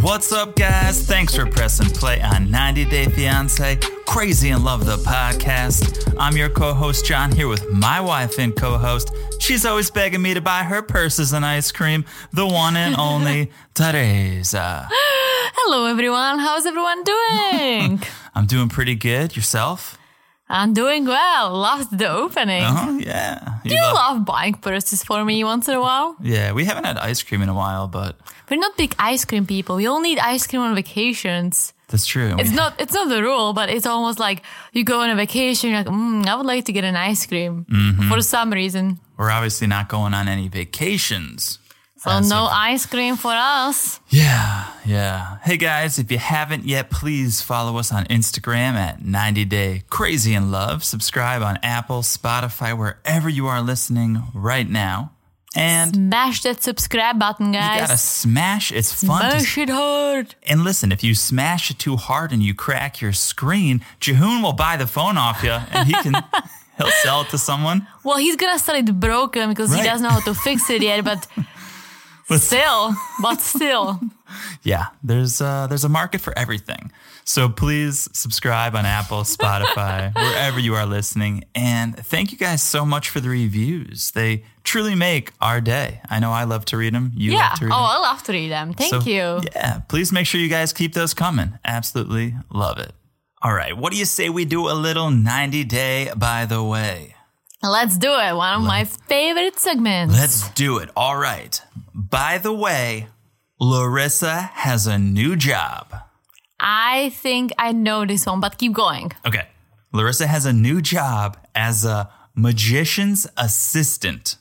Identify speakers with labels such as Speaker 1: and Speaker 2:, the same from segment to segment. Speaker 1: What's up, guys? Thanks for pressing play on 90 Day Fiance, Crazy in Love, the podcast. I'm your co host, John, here with my wife and co host. She's always begging me to buy her purses and ice cream, the one and only Teresa.
Speaker 2: Hello, everyone. How's everyone doing?
Speaker 1: I'm doing pretty good. Yourself?
Speaker 2: I'm doing well. Loved the opening.
Speaker 1: Oh, yeah. You
Speaker 2: You
Speaker 1: love-
Speaker 2: love buying purses for me once in a while.
Speaker 1: yeah, we haven't had ice cream in a while, but
Speaker 2: We're not big ice cream people. We all need ice cream on vacations.
Speaker 1: that's true.
Speaker 2: It's not it's not the rule, but it's almost like you go on a vacation, you're like, mm, I would like to get an ice cream
Speaker 1: Mm-hmm.
Speaker 2: for some reason.
Speaker 1: We're obviously not going on any vacations.
Speaker 2: So
Speaker 1: As
Speaker 2: no
Speaker 1: of-
Speaker 2: ice cream for us.
Speaker 1: Yeah, yeah. Hey guys, if you haven't yet, please follow us on Instagram at 90 Day Crazy in Love. Subscribe on Apple, Spotify, wherever you are listening right now. And you
Speaker 2: Smash that subscribe button,
Speaker 1: gotta
Speaker 2: guys.
Speaker 1: smash. It's fun. To,
Speaker 2: Smash it hard.
Speaker 1: and listen, if you smash it too hard and you crack your screen, Jahoon will buy the phone off you, and he can he'll sell it to someone.
Speaker 2: Well, he's gonna sell it broken because
Speaker 1: Right.
Speaker 2: he doesn't know how to fix it yet, but still, but still.
Speaker 1: yeah, there's uh, there's a market for everything. So please subscribe on Apple, Spotify, wherever you are listening, and thank you guys so much for the reviews. They truly make our day. I know I love to read them. You
Speaker 2: Yeah.
Speaker 1: love to
Speaker 2: Oh,
Speaker 1: read
Speaker 2: I love to read them. Thank
Speaker 1: them. So,
Speaker 2: you.
Speaker 1: Yeah, please make sure you guys keep those coming. Absolutely love it. All right, what do you say we do a little 90 day by the way?
Speaker 2: Let's do it. One of my favorite segments.
Speaker 1: Let's do it. All right. By the way, Larissa has a new job.
Speaker 2: I think I know this one, but keep going.
Speaker 1: Okay. Larissa has a new job as a magician's assistant.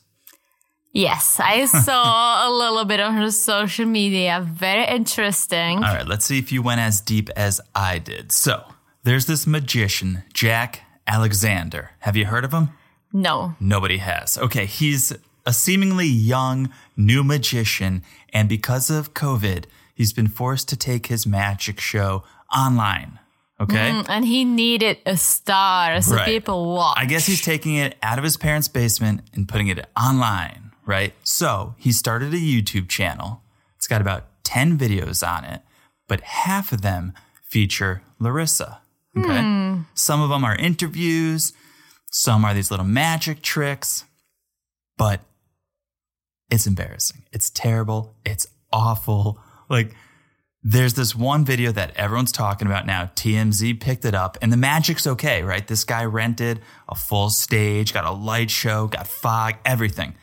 Speaker 2: Yes, I saw a little bit on her social media. Very interesting.
Speaker 1: All right, let's see if you went as deep as I did. So, there's this magician, Jack Alexander. Have you heard of him?
Speaker 2: No.
Speaker 1: Nobody has. Okay, he's a seemingly young new magician, and because of COVID, he's been forced to take his magic show online. Okay?
Speaker 2: And he needed a star, so
Speaker 1: Right.
Speaker 2: people watch.
Speaker 1: I guess he's taking it out of his parents' basement and putting it online, right? So he started a YouTube channel. It's got about 10 videos on it, but half of them feature Larissa. Okay. Some of them are interviews, some are these little magic tricks, but it's embarrassing. It's terrible. It's awful. Like, there's this one video that everyone's talking about now. TMZ picked it up, and the magic's okay, right? This guy rented a full stage, got a light show, got fog, everything.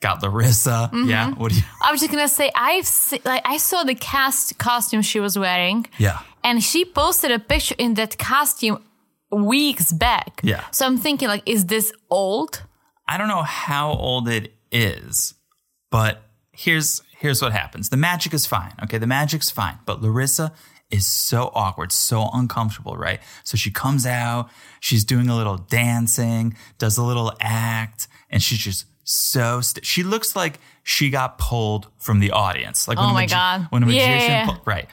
Speaker 1: Got Larissa. Yeah. What do you?
Speaker 2: I was just gonna say I've se- like I saw the cast costume she was wearing.
Speaker 1: Yeah.
Speaker 2: and she posted a picture in that costume weeks back.
Speaker 1: Yeah.
Speaker 2: So I'm thinking like, is this old?
Speaker 1: I don't know how old it is, but here's here's what happens. The magic is fine. Okay, the magic's fine, but Larissa is so awkward, so uncomfortable, right? So she comes out, she's doing a little dancing, does a little act, and she's just so st- she looks like she got pulled from the audience. Like when
Speaker 2: Oh
Speaker 1: a
Speaker 2: my
Speaker 1: magi-
Speaker 2: God.
Speaker 1: when a
Speaker 2: Yeah,
Speaker 1: magician
Speaker 2: yeah, yeah.
Speaker 1: pull- right.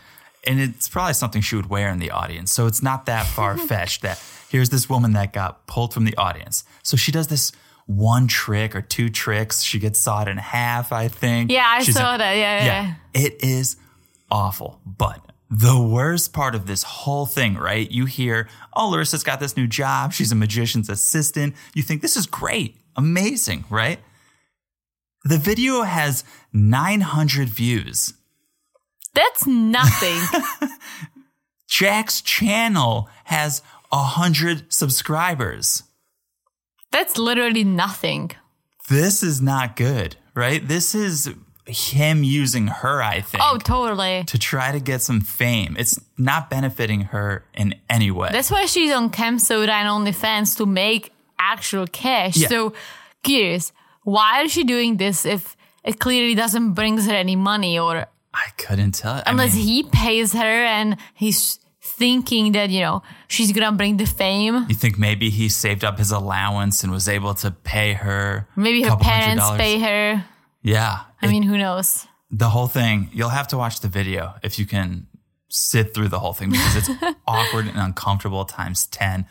Speaker 1: And it's probably something she would wear in the audience. So it's not that far fetched that here's this woman that got pulled from the audience. So she does this one trick or two tricks. She gets sawed in half, I think.
Speaker 2: Yeah, I
Speaker 1: She's
Speaker 2: saw
Speaker 1: a-
Speaker 2: that. Yeah, yeah. yeah.
Speaker 1: yeah, it is awful. But the worst part of this whole thing, right? You hear, oh, Larissa's got this new job. She's a magician's assistant. You think this is great, amazing, right? The video has 900 views.
Speaker 2: That's nothing.
Speaker 1: Jack's channel has 100 subscribers.
Speaker 2: That's literally nothing.
Speaker 1: This is not good, right? This is him using her, I think.
Speaker 2: Oh, totally.
Speaker 1: to try to get some fame. It's not benefiting her in any way.
Speaker 2: That's why she's on Camp Soda and OnlyFans to make actual cash.
Speaker 1: Yeah.
Speaker 2: So curious, why is she doing this if it clearly doesn't bring her any money or
Speaker 1: I couldn't tell. I
Speaker 2: unless
Speaker 1: mean,
Speaker 2: he pays her and he's thinking that, you know, she's gonna bring the fame.
Speaker 1: you think maybe he saved up his allowance and was able to pay her
Speaker 2: Maybe her
Speaker 1: couple hundred
Speaker 2: parents
Speaker 1: dollars?
Speaker 2: pay her.
Speaker 1: Yeah.
Speaker 2: I mean, who knows?
Speaker 1: the whole thing, you'll have to watch the video if you can sit through the whole thing because it's awkward and uncomfortable times 10.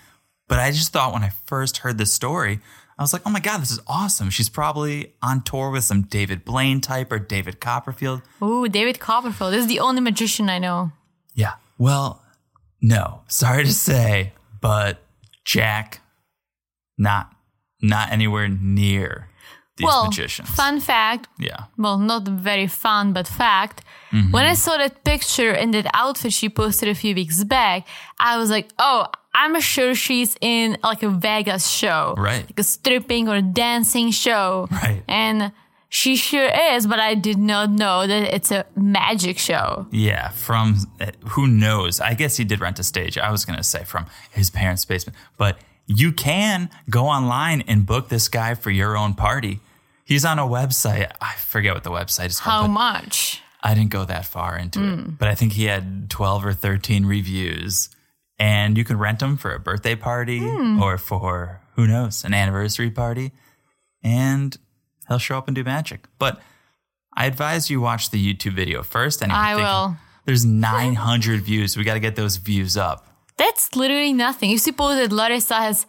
Speaker 1: But I just thought when I first heard the story, I was like, oh my God, this is awesome. She's probably on tour with some David Blaine type or David Copperfield.
Speaker 2: Ooh, David Copperfield. This is the only magician I know.
Speaker 1: Yeah. Well, no, sorry to say, but Jack, not not anywhere near these
Speaker 2: well,
Speaker 1: magicians.
Speaker 2: fun fact.
Speaker 1: Yeah.
Speaker 2: Well, not very fun, but fact.
Speaker 1: Mm-hmm.
Speaker 2: When I saw that picture in that outfit she posted a few weeks back, I was like, oh, I'm sure she's in like a Vegas show.
Speaker 1: Right.
Speaker 2: Like a stripping or dancing show.
Speaker 1: Right.
Speaker 2: And she sure is, but I did not know that it's a magic show.
Speaker 1: Yeah, from eh, who knows? I guess he did rent a stage. I was going to say from his parents' basement, but you can go online and book this guy for your own party. He's on a website. I forget what the website is called.
Speaker 2: How
Speaker 1: but
Speaker 2: much?
Speaker 1: I didn't go that far into
Speaker 2: Mm.
Speaker 1: it, but I think he had 12 or 13 reviews. And you can rent them for a birthday party
Speaker 2: Mm.
Speaker 1: or for, who knows, an anniversary party. And he'll show up and do magic. But I advise you watch the YouTube video first. And if you're
Speaker 2: I
Speaker 1: thinking,
Speaker 2: will.
Speaker 1: There's 900 views. We got to get those views up.
Speaker 2: That's literally nothing. You suppose that Larissa has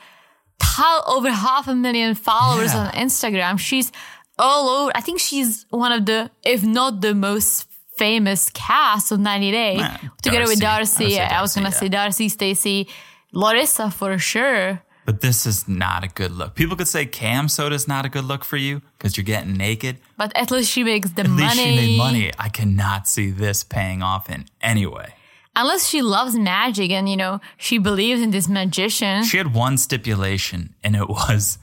Speaker 2: thou- over half a million followers
Speaker 1: Yeah.
Speaker 2: on Instagram. She's all over. I think she's one of the, if not the most famous cast of 90 Day.
Speaker 1: Yeah,
Speaker 2: Together with
Speaker 1: Darcy. I would
Speaker 2: Darcy.
Speaker 1: say
Speaker 2: I was
Speaker 1: Darcy,
Speaker 2: going to
Speaker 1: yeah.
Speaker 2: say Darcy, Stacy, Larissa for sure.
Speaker 1: But this is not a good look. People could say cam soda's not a good look for you because you're getting naked.
Speaker 2: But at least she makes the
Speaker 1: At
Speaker 2: money.
Speaker 1: least she made money. I cannot see this paying off in any way.
Speaker 2: Unless she loves magic and, you know, she believes in this magician.
Speaker 1: She had one stipulation, and it was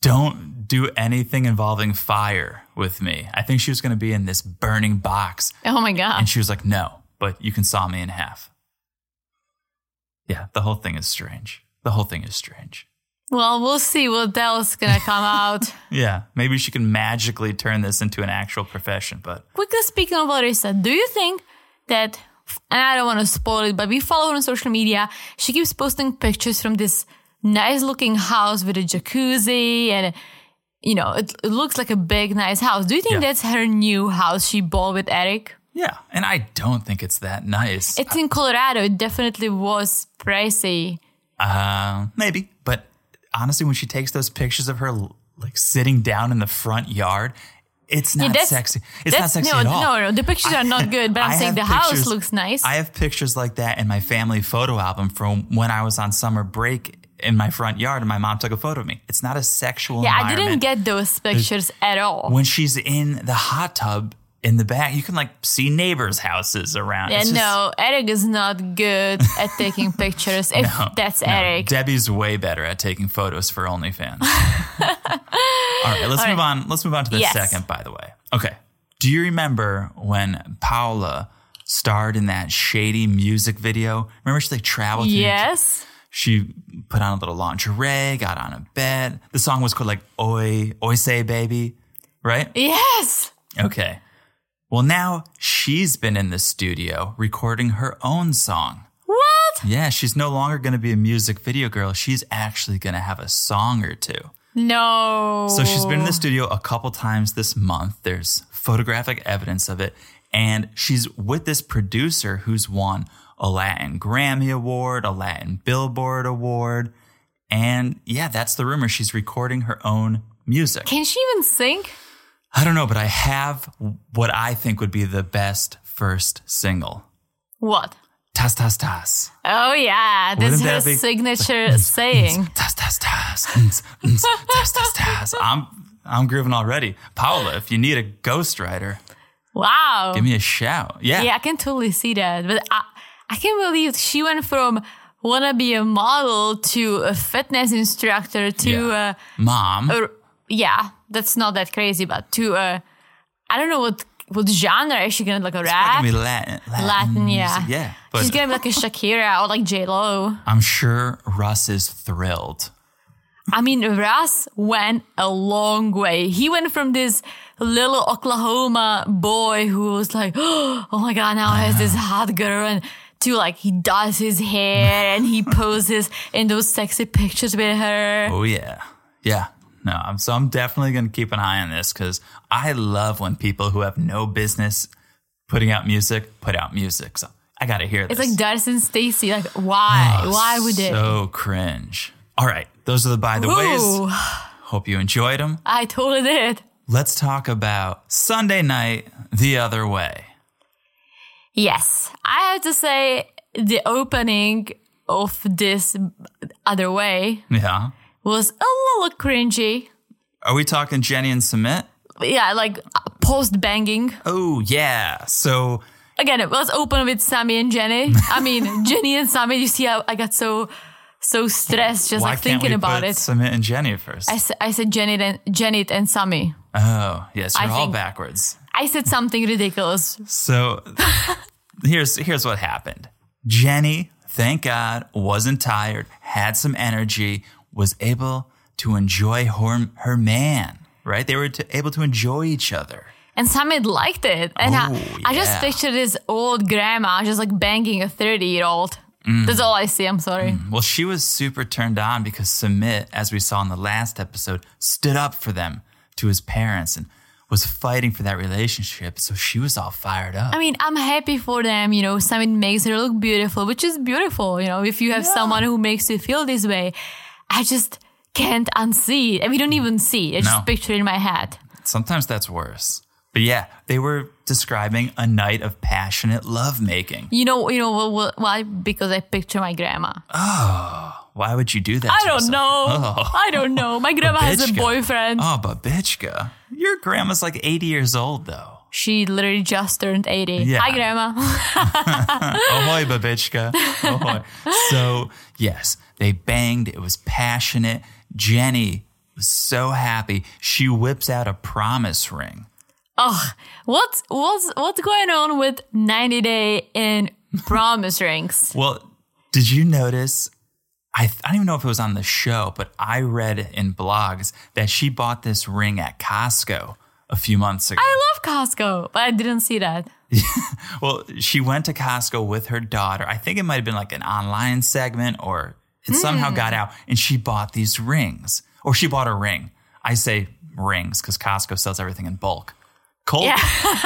Speaker 1: don't do anything involving fire with me. I think she was going to be in this burning box.
Speaker 2: Oh my
Speaker 1: And
Speaker 2: God.
Speaker 1: she was like, no, but you can saw me in half. Yeah, the whole thing is strange. The whole thing is strange.
Speaker 2: Well, we'll see what else going to come out.
Speaker 1: Yeah, maybe she can magically turn this into an actual profession, but
Speaker 2: quickly speaking of Larissa, do you think that, and I don't want to spoil it, but we follow her on social media. She keeps posting pictures from this nice looking house with a jacuzzi and, you know, it, it looks like a big, nice house. Do you think
Speaker 1: Yeah.
Speaker 2: that's her new house she bought with Eric?
Speaker 1: yeah, and I don't think it's that nice.
Speaker 2: It's in Colorado. It definitely was pricey.
Speaker 1: Uh, maybe, but honestly, when she takes those pictures of her like sitting down in the front yard, it's not
Speaker 2: that's-
Speaker 1: sexy. It's not
Speaker 2: That's-
Speaker 1: sexy
Speaker 2: no,
Speaker 1: at all.
Speaker 2: No, no, the pictures are not good, but I'm
Speaker 1: I
Speaker 2: saying the
Speaker 1: have
Speaker 2: house
Speaker 1: pictures-
Speaker 2: looks nice.
Speaker 1: I have pictures like that in my family photo album from when I was on summer break in my front yard, and my mom took a photo of me. It's not a sexual.
Speaker 2: yeah, I didn't
Speaker 1: environment.
Speaker 2: get those pictures at all.
Speaker 1: when she's in the hot tub in the back. You can like see neighbors' houses around.
Speaker 2: Yeah,
Speaker 1: It's just-
Speaker 2: no, Eric is not good at taking pictures. If that's
Speaker 1: No,
Speaker 2: Eric,
Speaker 1: Debbie's way better at taking photos for OnlyFans. All right, let's move on. Let's move on to the
Speaker 2: Yes.
Speaker 1: second, by the way. Okay. Do you remember when Paula starred in that shady music video? Remember she like traveled through
Speaker 2: yes,
Speaker 1: she put on a little lingerie, got on a bed. The song was called like Oi Oi Say Baby, right?
Speaker 2: yes.
Speaker 1: Okay. Well, now she's been in the studio recording her own song.
Speaker 2: What?
Speaker 1: Yeah, she's no longer going to be a music video girl. She's actually going to have a song or two.
Speaker 2: No.
Speaker 1: So she's been in the studio a couple times this month. There's photographic evidence of it. And she's with this producer who's won a Latin Grammy Award, a Latin Billboard Award. And yeah, that's the rumor. She's recording her own music.
Speaker 2: Can she even sing?
Speaker 1: I don't know, but I have what I think would be the best first single.
Speaker 2: What?
Speaker 1: Tas tas tas.
Speaker 2: Oh yeah, that's
Speaker 1: Wouldn't
Speaker 2: her
Speaker 1: that be-
Speaker 2: signature saying.
Speaker 1: Tas tas tas. Mm, mm, Tas tas tas. I'm I'm grooving already. Paula, if you need a ghostwriter,
Speaker 2: Wow.
Speaker 1: give me a shout. Yeah.
Speaker 2: yeah, I can totally see that, but I, I can't believe she went from wanna be a model to a fitness instructor to
Speaker 1: Yeah.
Speaker 2: uh,
Speaker 1: Mom.
Speaker 2: or yeah, that's not that crazy, but to uh, I don't know what what genre is she gonna like a
Speaker 1: I
Speaker 2: rap?
Speaker 1: mean Latin, Latin,
Speaker 2: Latin,
Speaker 1: music.
Speaker 2: yeah.
Speaker 1: Mm, yeah. But
Speaker 2: She's gonna be like a Shakira or like J Lo.
Speaker 1: I'm sure Russ is thrilled.
Speaker 2: I mean, Russ went a long way. He went from this little Oklahoma boy who was like, oh my god, now I has this
Speaker 1: Uh-huh.
Speaker 2: hot girl and. To like he does his hair and he poses in those sexy pictures with her.
Speaker 1: Oh yeah, yeah. No, I'm, so I'm definitely going to keep an eye on this because I love when people who have no business putting out music put out music. So I got to hear this. Oh,
Speaker 2: It's like Darcy and Stacy. Like why? why would
Speaker 1: so
Speaker 2: they?
Speaker 1: So cringe. All right, those are the by the
Speaker 2: Ooh.
Speaker 1: ways. Hope you enjoyed them.
Speaker 2: I totally did.
Speaker 1: Let's talk about Sunday night the other way.
Speaker 2: Yes, I have to say the opening of this other way
Speaker 1: Yeah.
Speaker 2: was a little cringy.
Speaker 1: Are we talking Jenny and Submit?
Speaker 2: Yeah, like post banging.
Speaker 1: Oh, yeah. So
Speaker 2: Again, it was open with Sammy and Jenny. I mean, Jenny and Sammy. You see, how I got so so stressed just
Speaker 1: why
Speaker 2: like
Speaker 1: can't
Speaker 2: thinking
Speaker 1: we
Speaker 2: about
Speaker 1: put
Speaker 2: it.
Speaker 1: Submit and Jenny first?
Speaker 2: I, s- I said Janet and Janet and Sammy.
Speaker 1: oh, yes. You're
Speaker 2: I
Speaker 1: all
Speaker 2: think-
Speaker 1: backwards.
Speaker 2: I said something ridiculous.
Speaker 1: So here's here's what happened. Jenny, thank God, wasn't tired, had some energy, was able to enjoy her, her man. Right? They were to, able to enjoy each other.
Speaker 2: And Sammy liked it. And I,
Speaker 1: Oh,
Speaker 2: I just
Speaker 1: yeah.
Speaker 2: pictured this old grandma just like banging a 30 year old.
Speaker 1: Mm.
Speaker 2: That's all I see. I'm sorry.
Speaker 1: Well, she was super turned on because Submit, as we saw in the last episode, stood up for them to his parents and was fighting for that relationship. So she was all fired up.
Speaker 2: I mean, I'm happy for them. You know, Sammy makes her look beautiful, which is beautiful. You know, if you have someone who makes you feel this way, I just can't unsee it. And we don't even see it. I just
Speaker 1: No.
Speaker 2: picture it in my head.
Speaker 1: Sometimes that's worse. But yeah, they were describing a night of passionate lovemaking.
Speaker 2: You know, you know wh- wh- why? Because I picture my grandma.
Speaker 1: Why would you do that?
Speaker 2: I
Speaker 1: to
Speaker 2: don't
Speaker 1: yourself?
Speaker 2: know.
Speaker 1: Oh.
Speaker 2: I don't know. My grandma has a
Speaker 1: Babitchka.
Speaker 2: boyfriend.
Speaker 1: Oh, babitchka. Your grandma's like 80 years old, though.
Speaker 2: She literally just turned 80.
Speaker 1: Yeah.
Speaker 2: Hi, Grandma.
Speaker 1: Ahoy, babitchka. Ahoy. so, yes, they banged. It was passionate. Jenny was so happy. She whips out a promise ring.
Speaker 2: Oh, what's what's what's going on with 90 Day and Promise Rings?
Speaker 1: Well, did you notice? I, I don't even know if it was on the show, but I read in blogs that she bought this ring at Costco a few months ago.
Speaker 2: I love Costco, but I didn't see that.
Speaker 1: Well, she went to Costco with her daughter. I think it might have been like an online segment or it somehow
Speaker 2: Hmm.
Speaker 1: got out and she bought these rings or she bought a ring. I say rings because Costco sells everything in bulk. Colt,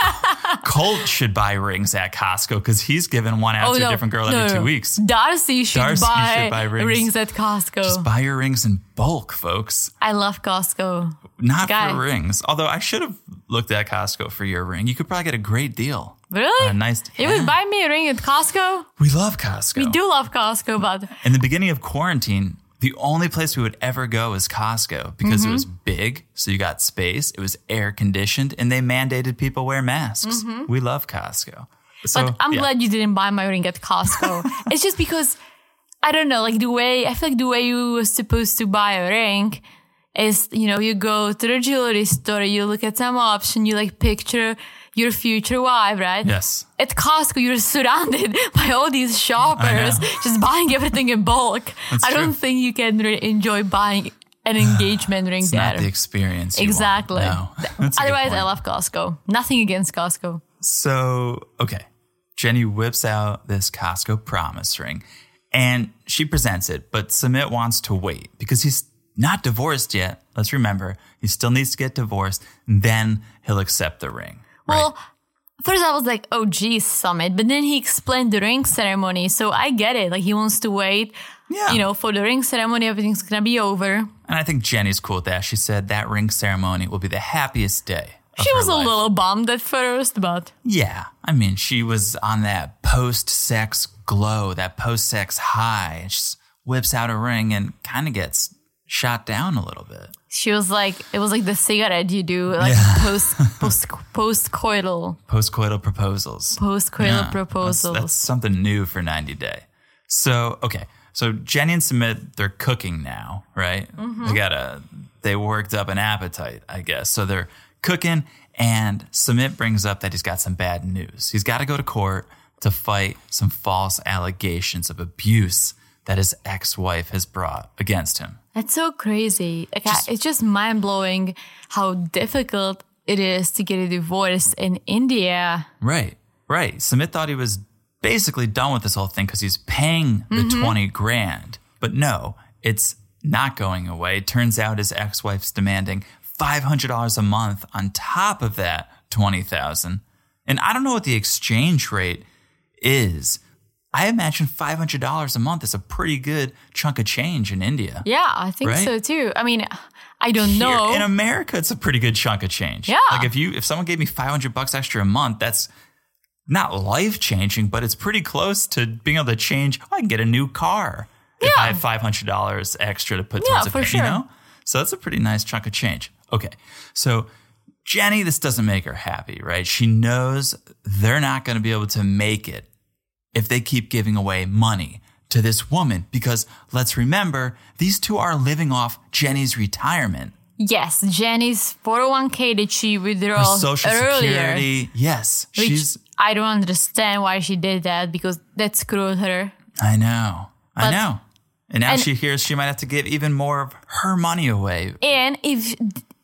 Speaker 1: Colt should buy rings at Costco because he's given one out to a different girl every
Speaker 2: Oh, no,
Speaker 1: two
Speaker 2: no.
Speaker 1: weeks.
Speaker 2: Darcy should,
Speaker 1: Darcy
Speaker 2: buy,
Speaker 1: should buy rings.
Speaker 2: rings. at Costco.
Speaker 1: Just buy your rings in bulk, folks.
Speaker 2: I love Costco.
Speaker 1: Not
Speaker 2: Guy.
Speaker 1: for rings. Although I should have looked at Costco for your ring. You could probably get a great deal.
Speaker 2: Really?
Speaker 1: A Uh, nice.
Speaker 2: you
Speaker 1: Yeah.
Speaker 2: would buy me a ring at Costco?
Speaker 1: we love Costco.
Speaker 2: We do love Costco, but
Speaker 1: In the beginning of quarantine, the only place we would ever go was Costco because
Speaker 2: Mm-hmm.
Speaker 1: it was big, so you got space, it was air conditioned, and they mandated people wear masks. We love Costco. So,
Speaker 2: Mm-hmm. But I'm
Speaker 1: yeah.
Speaker 2: glad you didn't buy my ring at Costco. it's just because I don't know, like the way I feel like the way you were supposed to buy a ring is, you know, you go to the jewelry store, you look at some option, you like picture your future wife, right?
Speaker 1: Yes.
Speaker 2: At Costco, you're surrounded by all these shoppers just buying everything in bulk. I
Speaker 1: true.
Speaker 2: don't think you can re- enjoy buying an engagement ring
Speaker 1: It's
Speaker 2: there.
Speaker 1: not the experience. you want.
Speaker 2: exactly.
Speaker 1: No. That's a good
Speaker 2: Otherwise,
Speaker 1: point.
Speaker 2: I love Costco. Nothing against Costco.
Speaker 1: So, okay. Jenny whips out this Costco promise ring and she presents it, but Submit wants to wait because he's not divorced yet. Let's remember, he still needs to get divorced, then he'll accept the ring. right?
Speaker 2: Well, first I was like, oh, geez, Summit. But then he explained the ring ceremony. So I get it. Like, he wants to wait,
Speaker 1: Yeah.
Speaker 2: you know, for the ring ceremony. Everything's going to be over.
Speaker 1: And I think Jenny's cool with that. She said that ring ceremony will be the happiest day. of
Speaker 2: She
Speaker 1: her
Speaker 2: was a
Speaker 1: life.
Speaker 2: little bummed at first, but
Speaker 1: Yeah. I mean, she was on that post sex glow, that post sex high. She s- whips out a ring and kind of gets shot down a little bit.
Speaker 2: she was like, it was like the cigarette you do, like
Speaker 1: Yeah.
Speaker 2: post, post, post-coital,
Speaker 1: Postcoital proposals.
Speaker 2: post-coital
Speaker 1: Yeah, that's-
Speaker 2: proposals.
Speaker 1: That's, something new for 90 Day. So, okay. So Jenny and Submit, they're cooking now, right?
Speaker 2: Mm-hmm.
Speaker 1: They got a, they worked up an appetite, I guess. So they're cooking and Submit brings up that he's got some bad news. He's got to go to court to fight some false allegations of abuse that his ex-wife has brought against him.
Speaker 2: That's so crazy. Like, I- it's just mind blowing how difficult it is to get a divorce in India.
Speaker 1: Right, right. Sumit thought he was basically done with this whole thing because he's paying the 20 grand. But no, it's not going away. Turns out his ex wife's demanding $500 a month on top of that 20000 And I don't know what the exchange rate is I imagine $500 a month is a pretty good chunk of change in India.
Speaker 2: Yeah, I think
Speaker 1: Right?
Speaker 2: so too. I mean, I don't
Speaker 1: Here
Speaker 2: know.
Speaker 1: in America, it's a pretty good chunk of change.
Speaker 2: Yeah.
Speaker 1: Like if you if someone gave me 500 bucks extra a month, that's not life changing, but it's pretty close to being able to change. oh, I can get a new car if I had $500 extra to put
Speaker 2: Yeah,
Speaker 1: towards a
Speaker 2: for
Speaker 1: pay,
Speaker 2: sure.
Speaker 1: you know? So that's a pretty nice chunk of change. Okay. So Jenny, this doesn't make her happy, right? She knows they're not going to be able to make it if they keep giving away money to this woman because let's remember these two are living off Jenny's retirement.
Speaker 2: yes, Jenny's 401k that she
Speaker 1: Her
Speaker 2: withdrew
Speaker 1: social
Speaker 2: Oh, earlier.
Speaker 1: security. Yes.
Speaker 2: which
Speaker 1: she's
Speaker 2: I don't understand why she did that because that screwed her.
Speaker 1: I know. I
Speaker 2: But-
Speaker 1: know. And now
Speaker 2: and-
Speaker 1: she hears she might have to give even more of her money away.
Speaker 2: And if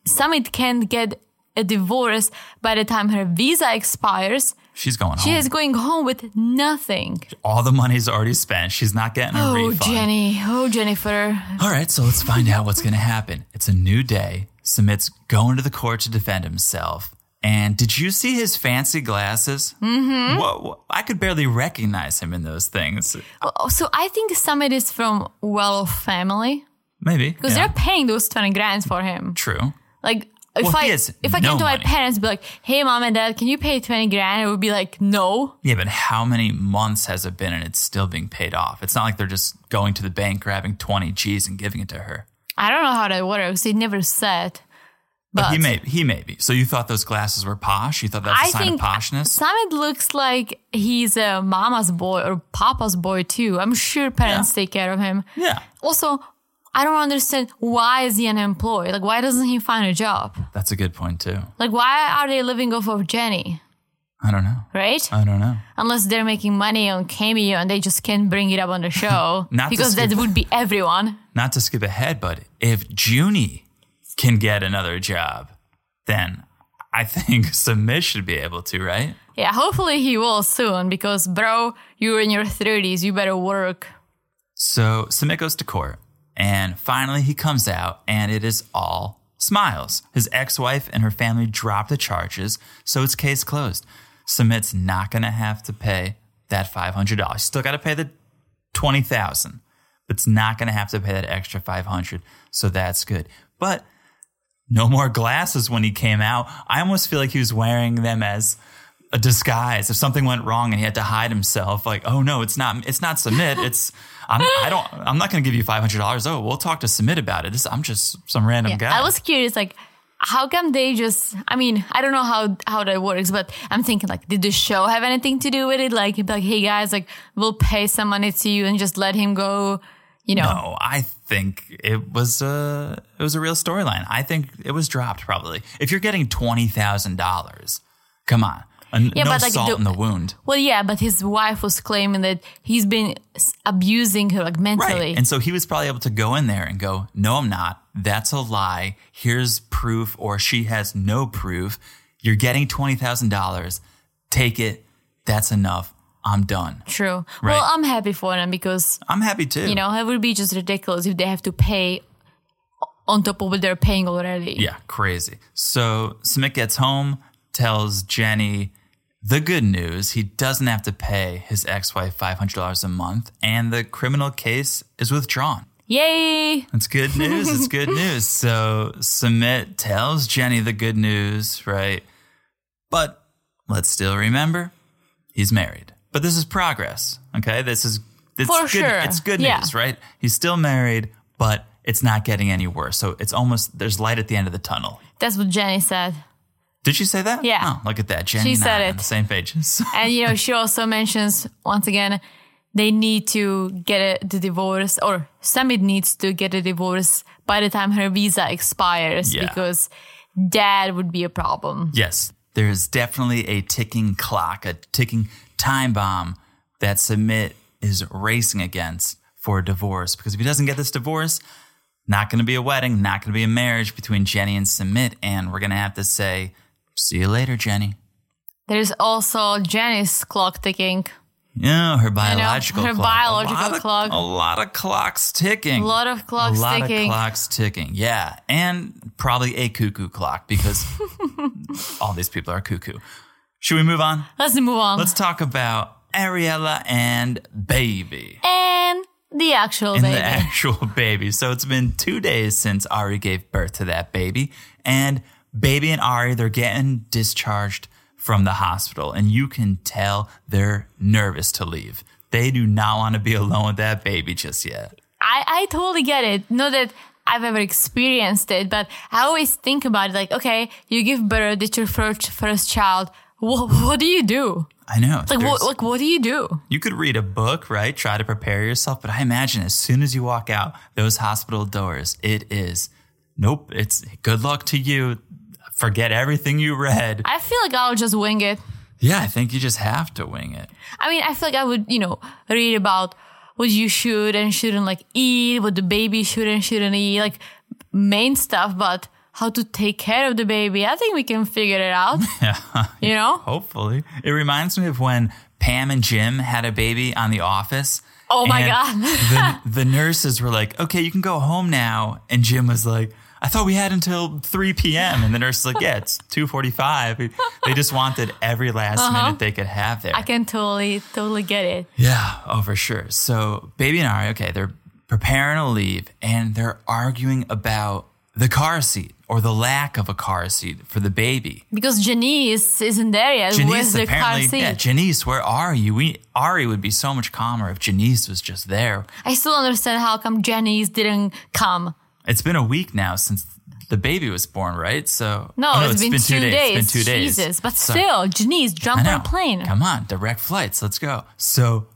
Speaker 2: Summit can't get a divorce by the time her visa expires,
Speaker 1: She's going
Speaker 2: she
Speaker 1: home.
Speaker 2: is going home with nothing.
Speaker 1: All the money's already spent. She's not getting a
Speaker 2: Oh,
Speaker 1: refund.
Speaker 2: Jenny. Oh, Jennifer.
Speaker 1: All right, so let's find out what's going to happen. It's a new day. Sumit's going to the court to defend himself. And did you see his fancy glasses? Mm-hmm. Whoa, I could barely recognize him in those things.
Speaker 2: Oh, So I think Summit is from well-off family
Speaker 1: Maybe.
Speaker 2: because
Speaker 1: yeah.
Speaker 2: they're paying those 20 grand for him.
Speaker 1: True.
Speaker 2: Like if
Speaker 1: Well,
Speaker 2: I
Speaker 1: he has
Speaker 2: if I
Speaker 1: no
Speaker 2: came to my
Speaker 1: money.
Speaker 2: parents and be like, "Hey, mom and dad, can you pay twenty grand?" It would be like, "No."
Speaker 1: Yeah, but how many months has it been and it's still being paid off? It's not like they're just going to the bank, grabbing 20 G's and giving it to her.
Speaker 2: I don't know how that works. It never said. But,
Speaker 1: he may, he may be. So you thought those glasses were posh? You thought that's a
Speaker 2: I
Speaker 1: sign
Speaker 2: think
Speaker 1: of poshness?
Speaker 2: Summit looks like he's a mama's boy or papa's boy too. I'm sure parents take care of him.
Speaker 1: Yeah,
Speaker 2: Also, I don't understand why is he unemployed? Like, why doesn't he find a job?
Speaker 1: that's a good point too.
Speaker 2: Like, why are they living off of Jenny?
Speaker 1: I don't know.
Speaker 2: Right?
Speaker 1: I don't know.
Speaker 2: Unless they're making money on Cameo and they just can't bring it up on the show.
Speaker 1: Not to
Speaker 2: because that
Speaker 1: skip-
Speaker 2: would be everyone.
Speaker 1: not to skip ahead, but if Junie can get another job, then I think Submit should be able to, right?
Speaker 2: Yeah, hopefully he will soon because, bro, you're in your 30s. You better work.
Speaker 1: So Submit goes to court, and finally he comes out, and it is all smiles. His ex wife and her family drop the charges, so it's case closed. Submit's not going to have to pay that $500. He's Still got to pay the 20000 but it's not going to have to pay that extra 500 So that's good. But no more glasses when he came out. I almost feel like he was wearing them as a disguise. If something went wrong and he had to hide himself, like, oh no, it's not, it's not submit. It's, I'm, I don't, I'm not going to give you five hundred dollars. Oh, we'll talk to submit about it. This, I'm just some random guy.
Speaker 2: I was curious, like, how come they just? I mean, I don't know how how that works, but I'm thinking like, did the show have anything to do with it? Like, like, hey guys, like, we'll pay some money to you and just let him go. You know,
Speaker 1: no, Oh, I think it was a, it was a real storyline. I think it was dropped probably. If you're getting twenty thousand dollars, come on, An-
Speaker 2: Yeah,
Speaker 1: no
Speaker 2: but, like,
Speaker 1: salt
Speaker 2: the-
Speaker 1: in the wound.
Speaker 2: well, yeah, but his wife was claiming that he's been s- abusing her like mentally.
Speaker 1: Right. And so he was probably able to go in there and go, No, I'm not. That's a lie. Here's proof, or she has no proof. You're getting $20,000. Take it. That's enough. I'm done.
Speaker 2: True.
Speaker 1: Right.
Speaker 2: Well, I'm happy for them because
Speaker 1: I'm happy too.
Speaker 2: you know it would be just ridiculous if they have to pay on top of what they're paying already.
Speaker 1: Yeah, crazy. So Smith gets home, tells Jenny the good news. He doesn't have to pay his ex wife $500 a month, and the criminal case is withdrawn.
Speaker 2: Yay!
Speaker 1: It's good news. It's good news. So Sumit tells Jenny the good news, right? But let's still remember he's married. But this is progress. Okay. This is it's
Speaker 2: For
Speaker 1: good,
Speaker 2: sure.
Speaker 1: It's good
Speaker 2: Yeah.
Speaker 1: news, right? He's still married, but it's not getting any worse. So it's almost there's light at the end of the tunnel.
Speaker 2: That's what Jenny said.
Speaker 1: Did she say that?
Speaker 2: Yeah.
Speaker 1: Oh, look at that. Jenny
Speaker 2: She
Speaker 1: and I
Speaker 2: said
Speaker 1: on
Speaker 2: it.
Speaker 1: the same page. So-
Speaker 2: And you know, she also mentions once again they need to get a, the divorce, or Summit needs to get a divorce by the time her visa expires
Speaker 1: Yeah.
Speaker 2: because that would be a problem.
Speaker 1: Yes, there is definitely a ticking clock, a ticking time bomb that Submit is racing against for a divorce. Because if he doesn't get this divorce, not going to be a wedding, not going to be a marriage between Jenny and Submit. And we're going to have to say, see you later, Jenny.
Speaker 2: There's also Jenny's clock ticking.
Speaker 1: Yeah, her biological
Speaker 2: her
Speaker 1: clock.
Speaker 2: biological
Speaker 1: a lot of-
Speaker 2: clock.
Speaker 1: a lot of clocks ticking.
Speaker 2: A lot of clocks
Speaker 1: A lot of
Speaker 2: ticking.
Speaker 1: clocks ticking. Yeah, and probably a cuckoo clock because all these people are cuckoo. Should we move on?
Speaker 2: Let's move on.
Speaker 1: Let's talk about Ariella and Baby.
Speaker 2: And the actual
Speaker 1: And
Speaker 2: baby.
Speaker 1: the actual baby. So it's been two days since Ari gave birth to that baby. And baby and Ari, they're getting discharged from the hospital. And you can tell they're nervous to leave. They do not want to be alone with that baby just yet.
Speaker 2: I, I totally get it. Not that I've ever experienced it, but I always think about it like, okay, you give birth, it's your first, first child. What, what do you do?
Speaker 1: I know.
Speaker 2: Like
Speaker 1: there's-
Speaker 2: what, like, what do you do?
Speaker 1: You could read a book, right? Try to prepare yourself. But I imagine as soon as you walk out those hospital doors, it is nope, it's good luck to you. Forget everything you read.
Speaker 2: I feel like I'll just wing it.
Speaker 1: Yeah, I think you just have to wing it.
Speaker 2: I mean, I feel like I would, you know, read about what you should and shouldn't like eat, what the baby should and shouldn't eat, like main stuff, but how to take care of the baby. I think we can figure it out. You know?
Speaker 1: Hopefully. It reminds me of when Pam and Jim had a baby on The Office.
Speaker 2: Oh my
Speaker 1: and
Speaker 2: God.
Speaker 1: the, the nurses were like, okay, you can go home now. And Jim was like, I thought we had until 3 p.m. And the nurse was like, yeah, it's 2.45. They just wanted every last minute they could have there.
Speaker 2: Uh-huh. I can totally, totally get it.
Speaker 1: Yeah, oh, for sure. So, Baby and Ari, okay, they're preparing to leave and they're arguing about the car seat or the lack of a car seat for the baby.
Speaker 2: Because Janice isn't there yet. Where's the car seat?
Speaker 1: yeah, Janice, where are you? We, Ari would be so much calmer if Janice was just there.
Speaker 2: I still don't understand how come Janice didn't come.
Speaker 1: It's been a week now since the baby was born, right? So,
Speaker 2: No,
Speaker 1: oh,
Speaker 2: it's been, two days.
Speaker 1: It's been two days.
Speaker 2: Jesus, but
Speaker 1: So-
Speaker 2: still, Janice
Speaker 1: I
Speaker 2: jumped on a
Speaker 1: know.
Speaker 2: plane.
Speaker 1: Come on, direct flights. Let's go. So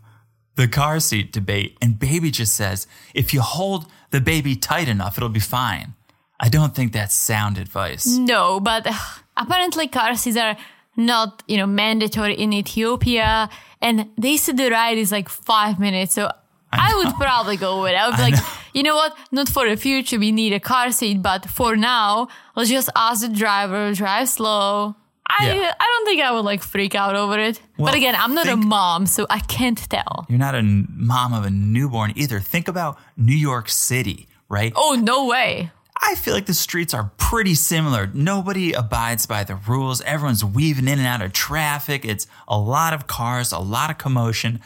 Speaker 1: the car seat debate, and baby just says, if you hold the baby tight enough, it'll be fine. I don't think that's sound advice.
Speaker 2: No, but ugh, apparently car seats are not, you know, mandatory in Ethiopia, and they said the ride is like five minutes. So I, would probably go with it. I would be like, you know what? Not for the future, we need a car seat, but for now, let's just ask the driver drive slow. I
Speaker 1: Yeah.
Speaker 2: I don't think I would like freak out over it.
Speaker 1: Well,
Speaker 2: but again, I'm not
Speaker 1: think-
Speaker 2: a mom, so I can't tell.
Speaker 1: You're not a n- mom of a newborn either. Think about New York City, right?
Speaker 2: Oh no way!
Speaker 1: I feel like the streets are pretty similar. Nobody abides by the rules. Everyone's weaving in and out of traffic. It's a lot of cars, a lot of commotion.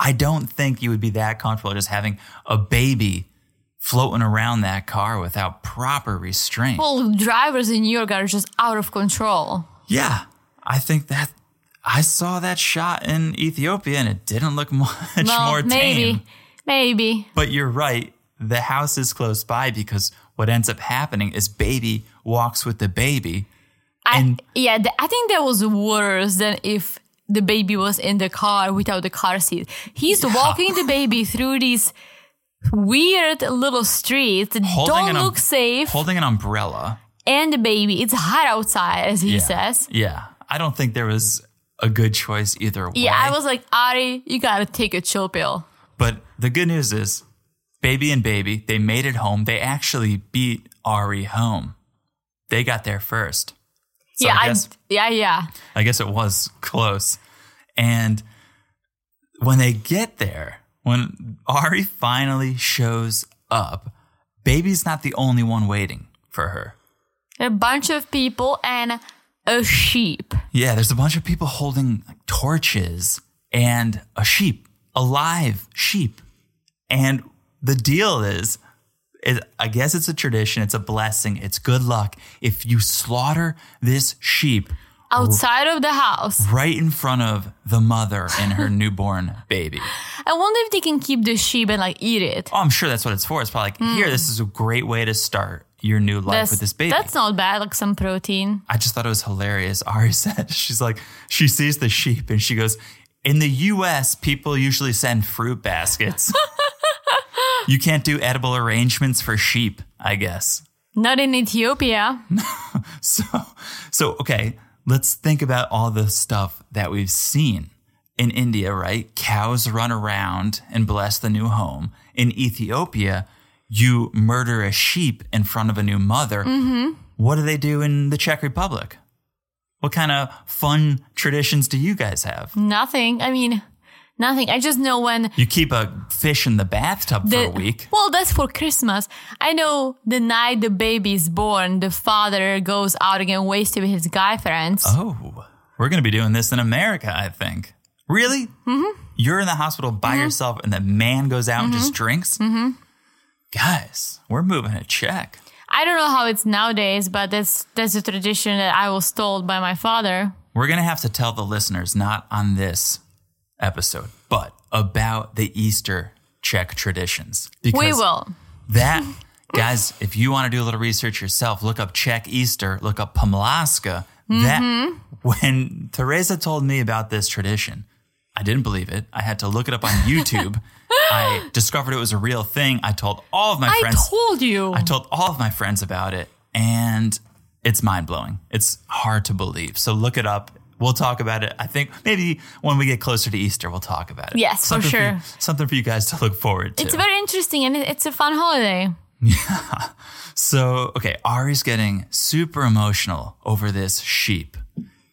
Speaker 1: I don't think you would be that comfortable just having a baby floating around that car without proper restraint.
Speaker 2: Well, drivers in New York are just out of control.
Speaker 1: yeah, I think that I saw that shot in Ethiopia and it didn't look much
Speaker 2: Well,
Speaker 1: more tame.
Speaker 2: maybe, maybe.
Speaker 1: But you're right. The house is close by because what ends up happening is baby walks with the baby.
Speaker 2: I,
Speaker 1: And-
Speaker 2: yeah, th- I think that was worse than if the baby was in the car without the car seat. He's walking the baby through these weird little streets that don't
Speaker 1: an um-
Speaker 2: look safe,
Speaker 1: Holding an umbrella.
Speaker 2: and the baby, it's hot outside, as he
Speaker 1: Yeah.
Speaker 2: says.
Speaker 1: Yeah. I don't think there was a good choice either way.
Speaker 2: Yeah, I was like, Ari, you gotta take a chill pill.
Speaker 1: But the good news is, baby and baby, they made it home. They actually beat Ari home. They got there first. So
Speaker 2: yeah,
Speaker 1: I
Speaker 2: I
Speaker 1: guess-
Speaker 2: yeah, yeah.
Speaker 1: I guess it was close. And when they get there, when Ari finally shows up, baby's not the only one waiting for her.
Speaker 2: A bunch of people and a sheep.
Speaker 1: Yeah, there's a bunch of people holding like, torches and a sheep, a live sheep. And the deal is, is, I guess it's a tradition, it's a blessing, it's good luck. If you slaughter this sheep
Speaker 2: Outside of the house.
Speaker 1: right in front of the mother and her newborn baby,
Speaker 2: I wonder if they can keep the sheep and like eat it.
Speaker 1: oh, I'm sure that's what it's for. It's probably like, here, this is a great way to start your new life with this baby.
Speaker 2: that's not bad, like some protein.
Speaker 1: I just thought it was hilarious. Ari said, she's like, she sees the sheep and she goes, in the US, people usually send fruit baskets. you can't do edible arrangements for sheep, I guess.
Speaker 2: Not in Ethiopia.
Speaker 1: So, so okay, let's think about all the stuff that we've seen in India, right? Cows run around and bless the new home. In Ethiopia, you murder a sheep in front of a new mother. What do they do in the Czech Republic? What kind of fun traditions do you guys have?
Speaker 2: Mm. Nothing. I mean, nothing. I just know when
Speaker 1: You keep a fish in the bathtub
Speaker 2: the
Speaker 1: for a week.
Speaker 2: Well, that's for Christmas. I know the night the baby is born, the father goes out again, ways to be his guy friends.
Speaker 1: Oh, we're going to be doing this in America, I think. Really?
Speaker 2: Mm-hmm.
Speaker 1: You're in the hospital by yourself and the man goes out and
Speaker 2: Mm-hmm.
Speaker 1: just drinks? Guys, we're moving a check.
Speaker 2: I don't know how it's nowadays, but that's that's a tradition that I was told by my father.
Speaker 1: We're going to have to tell the listeners, not on this episode, but about the Easter check traditions.
Speaker 2: We will.
Speaker 1: That, guys, if you want to do a little research yourself, look up Czech Easter, look up Pomlaska. That,
Speaker 2: Mm-hmm.
Speaker 1: when Teresa told me about this tradition, I didn't believe it. I had to look it up on YouTube. I discovered it was a real thing. I told all of my
Speaker 2: I
Speaker 1: friends.
Speaker 2: told you.
Speaker 1: I told all of my friends about it, and it's mind blowing. It's hard to believe. So look it up. We'll talk about it. I think maybe when we get closer to Easter, we'll talk about it.
Speaker 2: Yes, for
Speaker 1: something
Speaker 2: sure.
Speaker 1: you- something for you guys to look forward to.
Speaker 2: it's very interesting and it- it's a fun holiday.
Speaker 1: So, okay, Ari's getting super emotional over this sheep.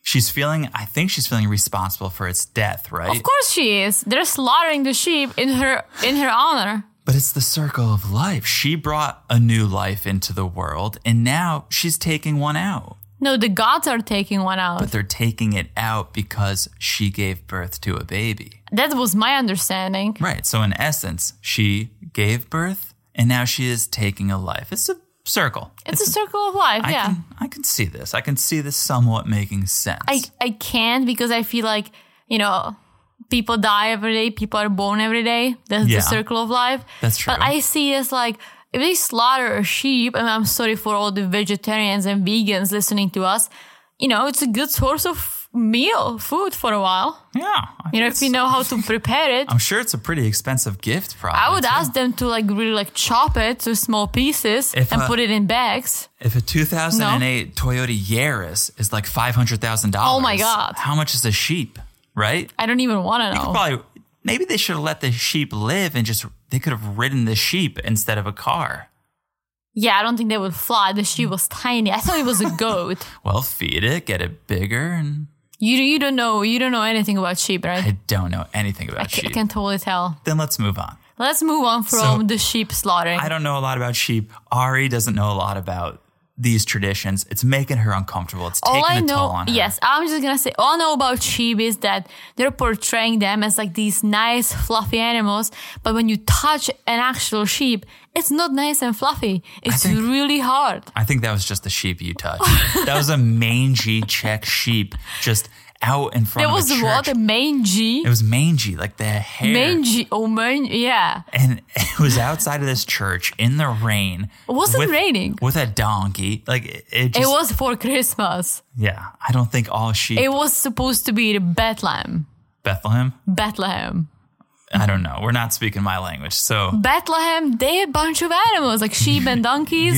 Speaker 1: She's feeling, I think she's feeling responsible for its death, right?
Speaker 2: Of course she is. They're slaughtering the sheep in her in her honor.
Speaker 1: But it's the circle of life. She brought a new life into the world, and now she's taking one out.
Speaker 2: No, the gods are taking one out.
Speaker 1: But they're taking it out because she gave birth to a baby.
Speaker 2: That was my understanding.
Speaker 1: Right. So, in essence, she gave birth, and now she is taking a life. It's a circle.
Speaker 2: It's, a circle of life,
Speaker 1: I
Speaker 2: yeah.
Speaker 1: can, I can see this. I can see this somewhat making sense.
Speaker 2: I, I can't because I feel like, you know, people die every day, people are born every day. That's
Speaker 1: Yeah.
Speaker 2: the circle of life.
Speaker 1: That's
Speaker 2: But
Speaker 1: true.
Speaker 2: I see it as like if they slaughter a sheep, and I'm sorry for all the vegetarians and vegans listening to us, you know, it's a good source of meal, food for a while.
Speaker 1: yeah. I
Speaker 2: You
Speaker 1: think
Speaker 2: know,
Speaker 1: it's-
Speaker 2: if you know how to prepare it.
Speaker 1: I'm sure it's a pretty expensive gift, probably.
Speaker 2: I would
Speaker 1: too.
Speaker 2: ask them to like really like chop it to small pieces
Speaker 1: If,
Speaker 2: and
Speaker 1: uh,
Speaker 2: put it in bags.
Speaker 1: If a 2008 Toyota Yaris is like $500,000.
Speaker 2: Oh my God.
Speaker 1: How much is a sheep, right?
Speaker 2: I don't even want to know.
Speaker 1: Probably, maybe they should have let the sheep live and just, they could have ridden the sheep instead of a car.
Speaker 2: yeah, I don't think they would fly. The sheep was tiny. I thought it was a goat.
Speaker 1: Well, feed it, get it bigger, and
Speaker 2: You you don't know you don't know anything about sheep, right? I,
Speaker 1: I don't know anything about
Speaker 2: ca-
Speaker 1: sheep.
Speaker 2: can totally tell.
Speaker 1: then let's move on.
Speaker 2: Let's move on from
Speaker 1: So-
Speaker 2: the sheep slaughtering.
Speaker 1: I don't know a lot about sheep. Ari doesn't know a lot about these traditions. It's making her uncomfortable. It's taking
Speaker 2: all I
Speaker 1: a toll
Speaker 2: know,
Speaker 1: on her.
Speaker 2: yes, I'm just gonna say, all I know about sheep is that they're portraying them as like these nice, fluffy animals. But when you touch an actual sheep, it's not nice and fluffy. It's
Speaker 1: think-
Speaker 2: really hard.
Speaker 1: I think that was just the sheep you touched. that was a mangy Czech sheep just out in front
Speaker 2: There
Speaker 1: of
Speaker 2: was
Speaker 1: a church.
Speaker 2: what a mangy,
Speaker 1: It was mangy, like the hair.
Speaker 2: mangy, oh man, yeah.
Speaker 1: And it was outside of this church in the rain. It
Speaker 2: wasn't raining.
Speaker 1: With a donkey. Like it, it
Speaker 2: It
Speaker 1: just,
Speaker 2: was for Christmas.
Speaker 1: yeah. I don't think all sheep,
Speaker 2: It was supposed to be the Bethlehem,
Speaker 1: Bethlehem,
Speaker 2: Bethlehem.
Speaker 1: I don't know. We're not speaking my language. So
Speaker 2: Bethlehem, they a bunch of animals like sheep and donkeys.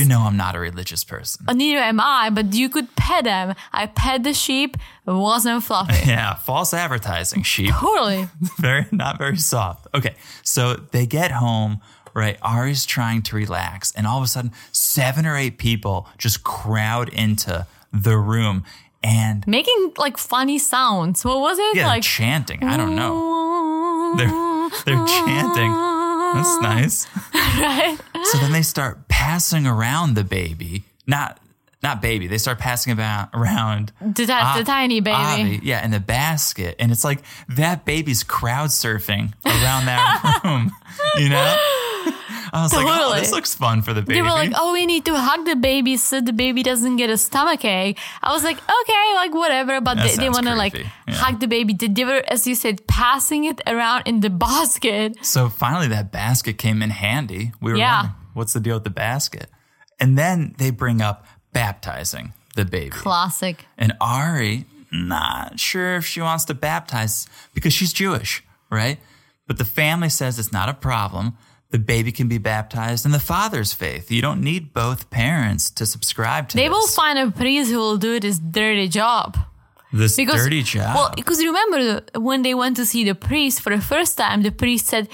Speaker 1: you know I'm not a religious person.
Speaker 2: Uh, Neither am I, but you could pet them. I pet the sheep, it wasn't fluffy.
Speaker 1: Yeah, false advertising, sheep.
Speaker 2: totally.
Speaker 1: very not very soft. Okay, so they get home. Right, Ari's trying to relax, and all of a sudden, seven or eight people just crowd into the room, and
Speaker 2: Making like funny sounds. What was it?
Speaker 1: yeah,
Speaker 2: like
Speaker 1: chanting. I don't know. They're they're chanting. That's nice.
Speaker 2: right?
Speaker 1: So then they start passing around the baby. Not not baby. They start passing about around
Speaker 2: The, ti- the
Speaker 1: Ah,
Speaker 2: tiny baby.
Speaker 1: Avi, yeah, in the basket. And it's like that baby's crowd surfing around that room, you know? I was like, oh,
Speaker 2: Totally.
Speaker 1: this looks fun for the baby.
Speaker 2: They were like, "Oh, we need to hug the baby so the baby doesn't get a stomach ache." I was like, "Okay, like whatever," but
Speaker 1: That
Speaker 2: they, they
Speaker 1: sounds
Speaker 2: want to like
Speaker 1: creepy. Yeah.
Speaker 2: hug the baby. They they were, as you said, passing it around in the basket.
Speaker 1: so finally, that basket came in handy. We were
Speaker 2: Yeah.
Speaker 1: wondering, what's the deal with the basket? And then they bring up baptizing the baby.
Speaker 2: Classic.
Speaker 1: and Ari, not sure if she wants to baptize because she's Jewish, right? But the family says it's not a problem. The baby can be baptized in the father's faith. You don't need both parents to subscribe to
Speaker 2: They
Speaker 1: this.
Speaker 2: will find a priest who will do this dirty job.
Speaker 1: this
Speaker 2: Because
Speaker 1: dirty job.
Speaker 2: Well, because remember the- when they went to see the priest for the first time, the priest said.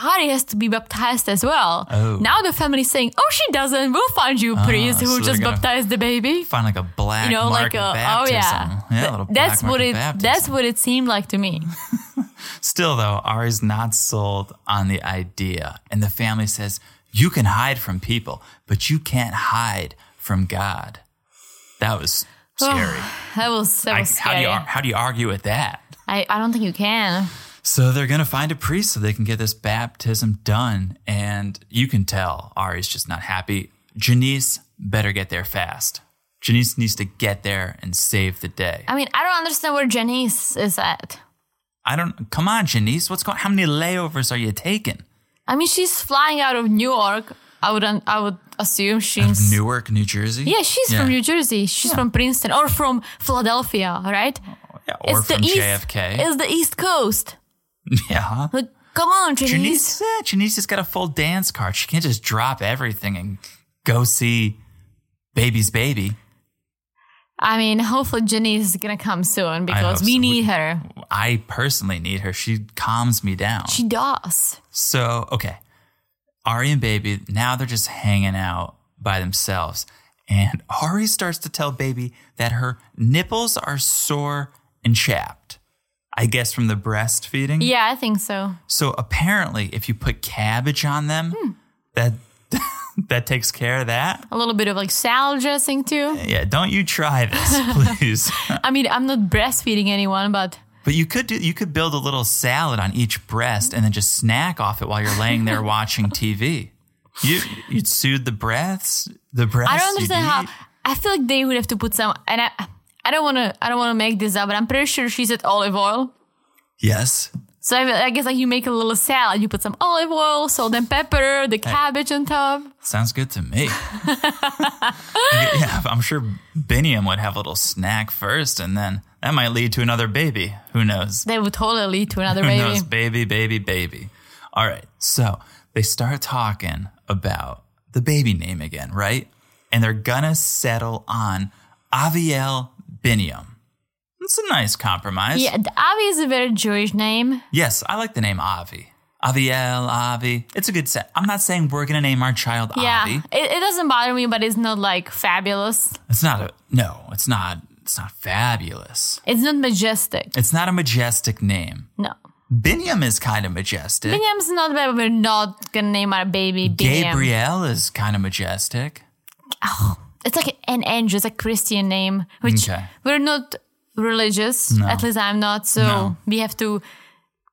Speaker 2: Ari has to be baptized as well.
Speaker 1: Oh. Ah,
Speaker 2: Now the family's saying, "Oh, she doesn't. We'll find you a priest
Speaker 1: so
Speaker 2: who
Speaker 1: they're
Speaker 2: just
Speaker 1: gonna-
Speaker 2: baptized the baby."
Speaker 1: find like a black
Speaker 2: you know,
Speaker 1: mark
Speaker 2: like a,
Speaker 1: of
Speaker 2: oh
Speaker 1: baptism. a
Speaker 2: yeah,
Speaker 1: little
Speaker 2: Th- that's
Speaker 1: black mark
Speaker 2: what
Speaker 1: of
Speaker 2: it
Speaker 1: baptism.
Speaker 2: that's what it seemed like to me.
Speaker 1: Still, though, Ari's not sold on the idea. And the family says, you can hide from people, but you can't hide from God. That was scary.
Speaker 2: That was that
Speaker 1: I-
Speaker 2: was
Speaker 1: How do
Speaker 2: scary.
Speaker 1: you ar- how do you argue with that?
Speaker 2: I, I don't think you can.
Speaker 1: So they're going to find a priest so they can get this baptism done. And you can tell Ari's just not happy. Janice better get there fast. Janice needs to get there and save the day.
Speaker 2: I mean, I don't understand where Janice is at.
Speaker 1: I don't, come on, Janice, what's going How many layovers are you taking?
Speaker 2: I mean, she's flying out of New York. I would I would assume she's
Speaker 1: Newark, New Jersey?
Speaker 2: yeah, she's from New Jersey. She's from Princeton or from Philadelphia, right?
Speaker 1: Yeah, or from JFK.
Speaker 2: It's the East Coast.
Speaker 1: yeah.
Speaker 2: Like, come on, Janice.
Speaker 1: Janice, eh, Janice has got a full dance card. She can't just drop everything and go see Baby's Baby.
Speaker 2: I mean, hopefully Janice is gonna come soon because
Speaker 1: hope
Speaker 2: we
Speaker 1: so.
Speaker 2: need
Speaker 1: We-
Speaker 2: her.
Speaker 1: I personally need her. She calms me down.
Speaker 2: She does.
Speaker 1: So, okay. Ari and Baby, now they're just hanging out by themselves. And Ari starts to tell Baby that her nipples are sore and chapped. I guess from the breastfeeding.
Speaker 2: Yeah, I think so.
Speaker 1: So apparently, if you put cabbage on them,
Speaker 2: Hmm.
Speaker 1: that that takes care of that.
Speaker 2: A little bit of like salad dressing too.
Speaker 1: Yeah, don't you try this, please.
Speaker 2: I mean, I'm not breastfeeding anyone, but
Speaker 1: but you could do you could build a little salad on each breast and then just snack off it while you're laying there watching TV. You you'd soothe the breaths, the breasts.
Speaker 2: I don't
Speaker 1: you'd
Speaker 2: understand how.
Speaker 1: eat.
Speaker 2: I feel like they would have to put some. And I, I don't want to. I don't want to make this up, but I'm pretty sure she said olive oil.
Speaker 1: Yes.
Speaker 2: So I, I guess like you make a little salad, you put some olive oil, salt and pepper, the cabbage on top.
Speaker 1: Sounds good to me. yeah, I'm sure Biniam would have a little snack first, and then that might lead to another baby. Who knows?
Speaker 2: That would totally lead to another
Speaker 1: Who
Speaker 2: baby.
Speaker 1: knows? Baby, baby, baby. All right. So they start talking about the baby name again, right? And they're gonna settle on Aviel Binium. It's a nice compromise.
Speaker 2: Yeah, the Avi is a very Jewish name.
Speaker 1: Yes, I like the name Avi. Aviel, Avi. It's a good set. I'm not saying we're gonna name our child
Speaker 2: Yeah,
Speaker 1: Avi.
Speaker 2: it, it doesn't bother me, but it's not like fabulous.
Speaker 1: It's not a no. It's not. It's not fabulous.
Speaker 2: It's not majestic.
Speaker 1: It's not a majestic name.
Speaker 2: No.
Speaker 1: Biniam is kind of majestic.
Speaker 2: Bingham's not bad. We're not gonna name our baby Bingham.
Speaker 1: Gabrielle is kind of majestic.
Speaker 2: It's like an angel. It's a Christian name, which
Speaker 1: Okay.
Speaker 2: we're not religious. At least I'm not. So
Speaker 1: No.
Speaker 2: we have to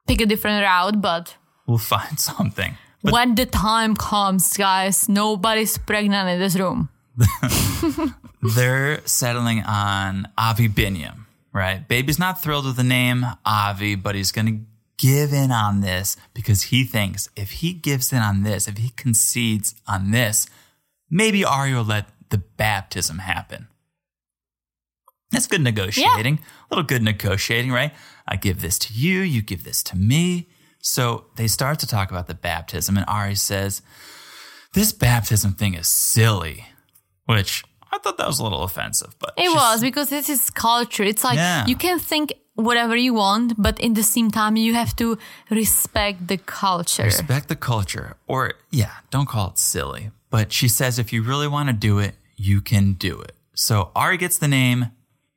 Speaker 2: pick a different route. But,
Speaker 1: We'll find something.
Speaker 2: when the time comes, guys, nobody's pregnant in this room.
Speaker 1: They're settling on Avi Biniam, right? Baby's not thrilled with the name Avi, but he's going to give in on this because he thinks if he gives in on this, if he concedes on this, maybe Ari will let the baptism happen. That's good negotiating. A little good negotiating, right? I give this to you, you give this to me. So they start to talk about the baptism, and Ari says, This baptism thing is silly, which I thought that was a little offensive, but
Speaker 2: It
Speaker 1: she's-
Speaker 2: was because this is culture. It's like
Speaker 1: Yeah.
Speaker 2: you can think whatever you want, but in the same time, you have to respect the culture.
Speaker 1: Respect the culture, or yeah, don't call it silly. But she says if you really want to do it, you can do it. So Ari gets the name,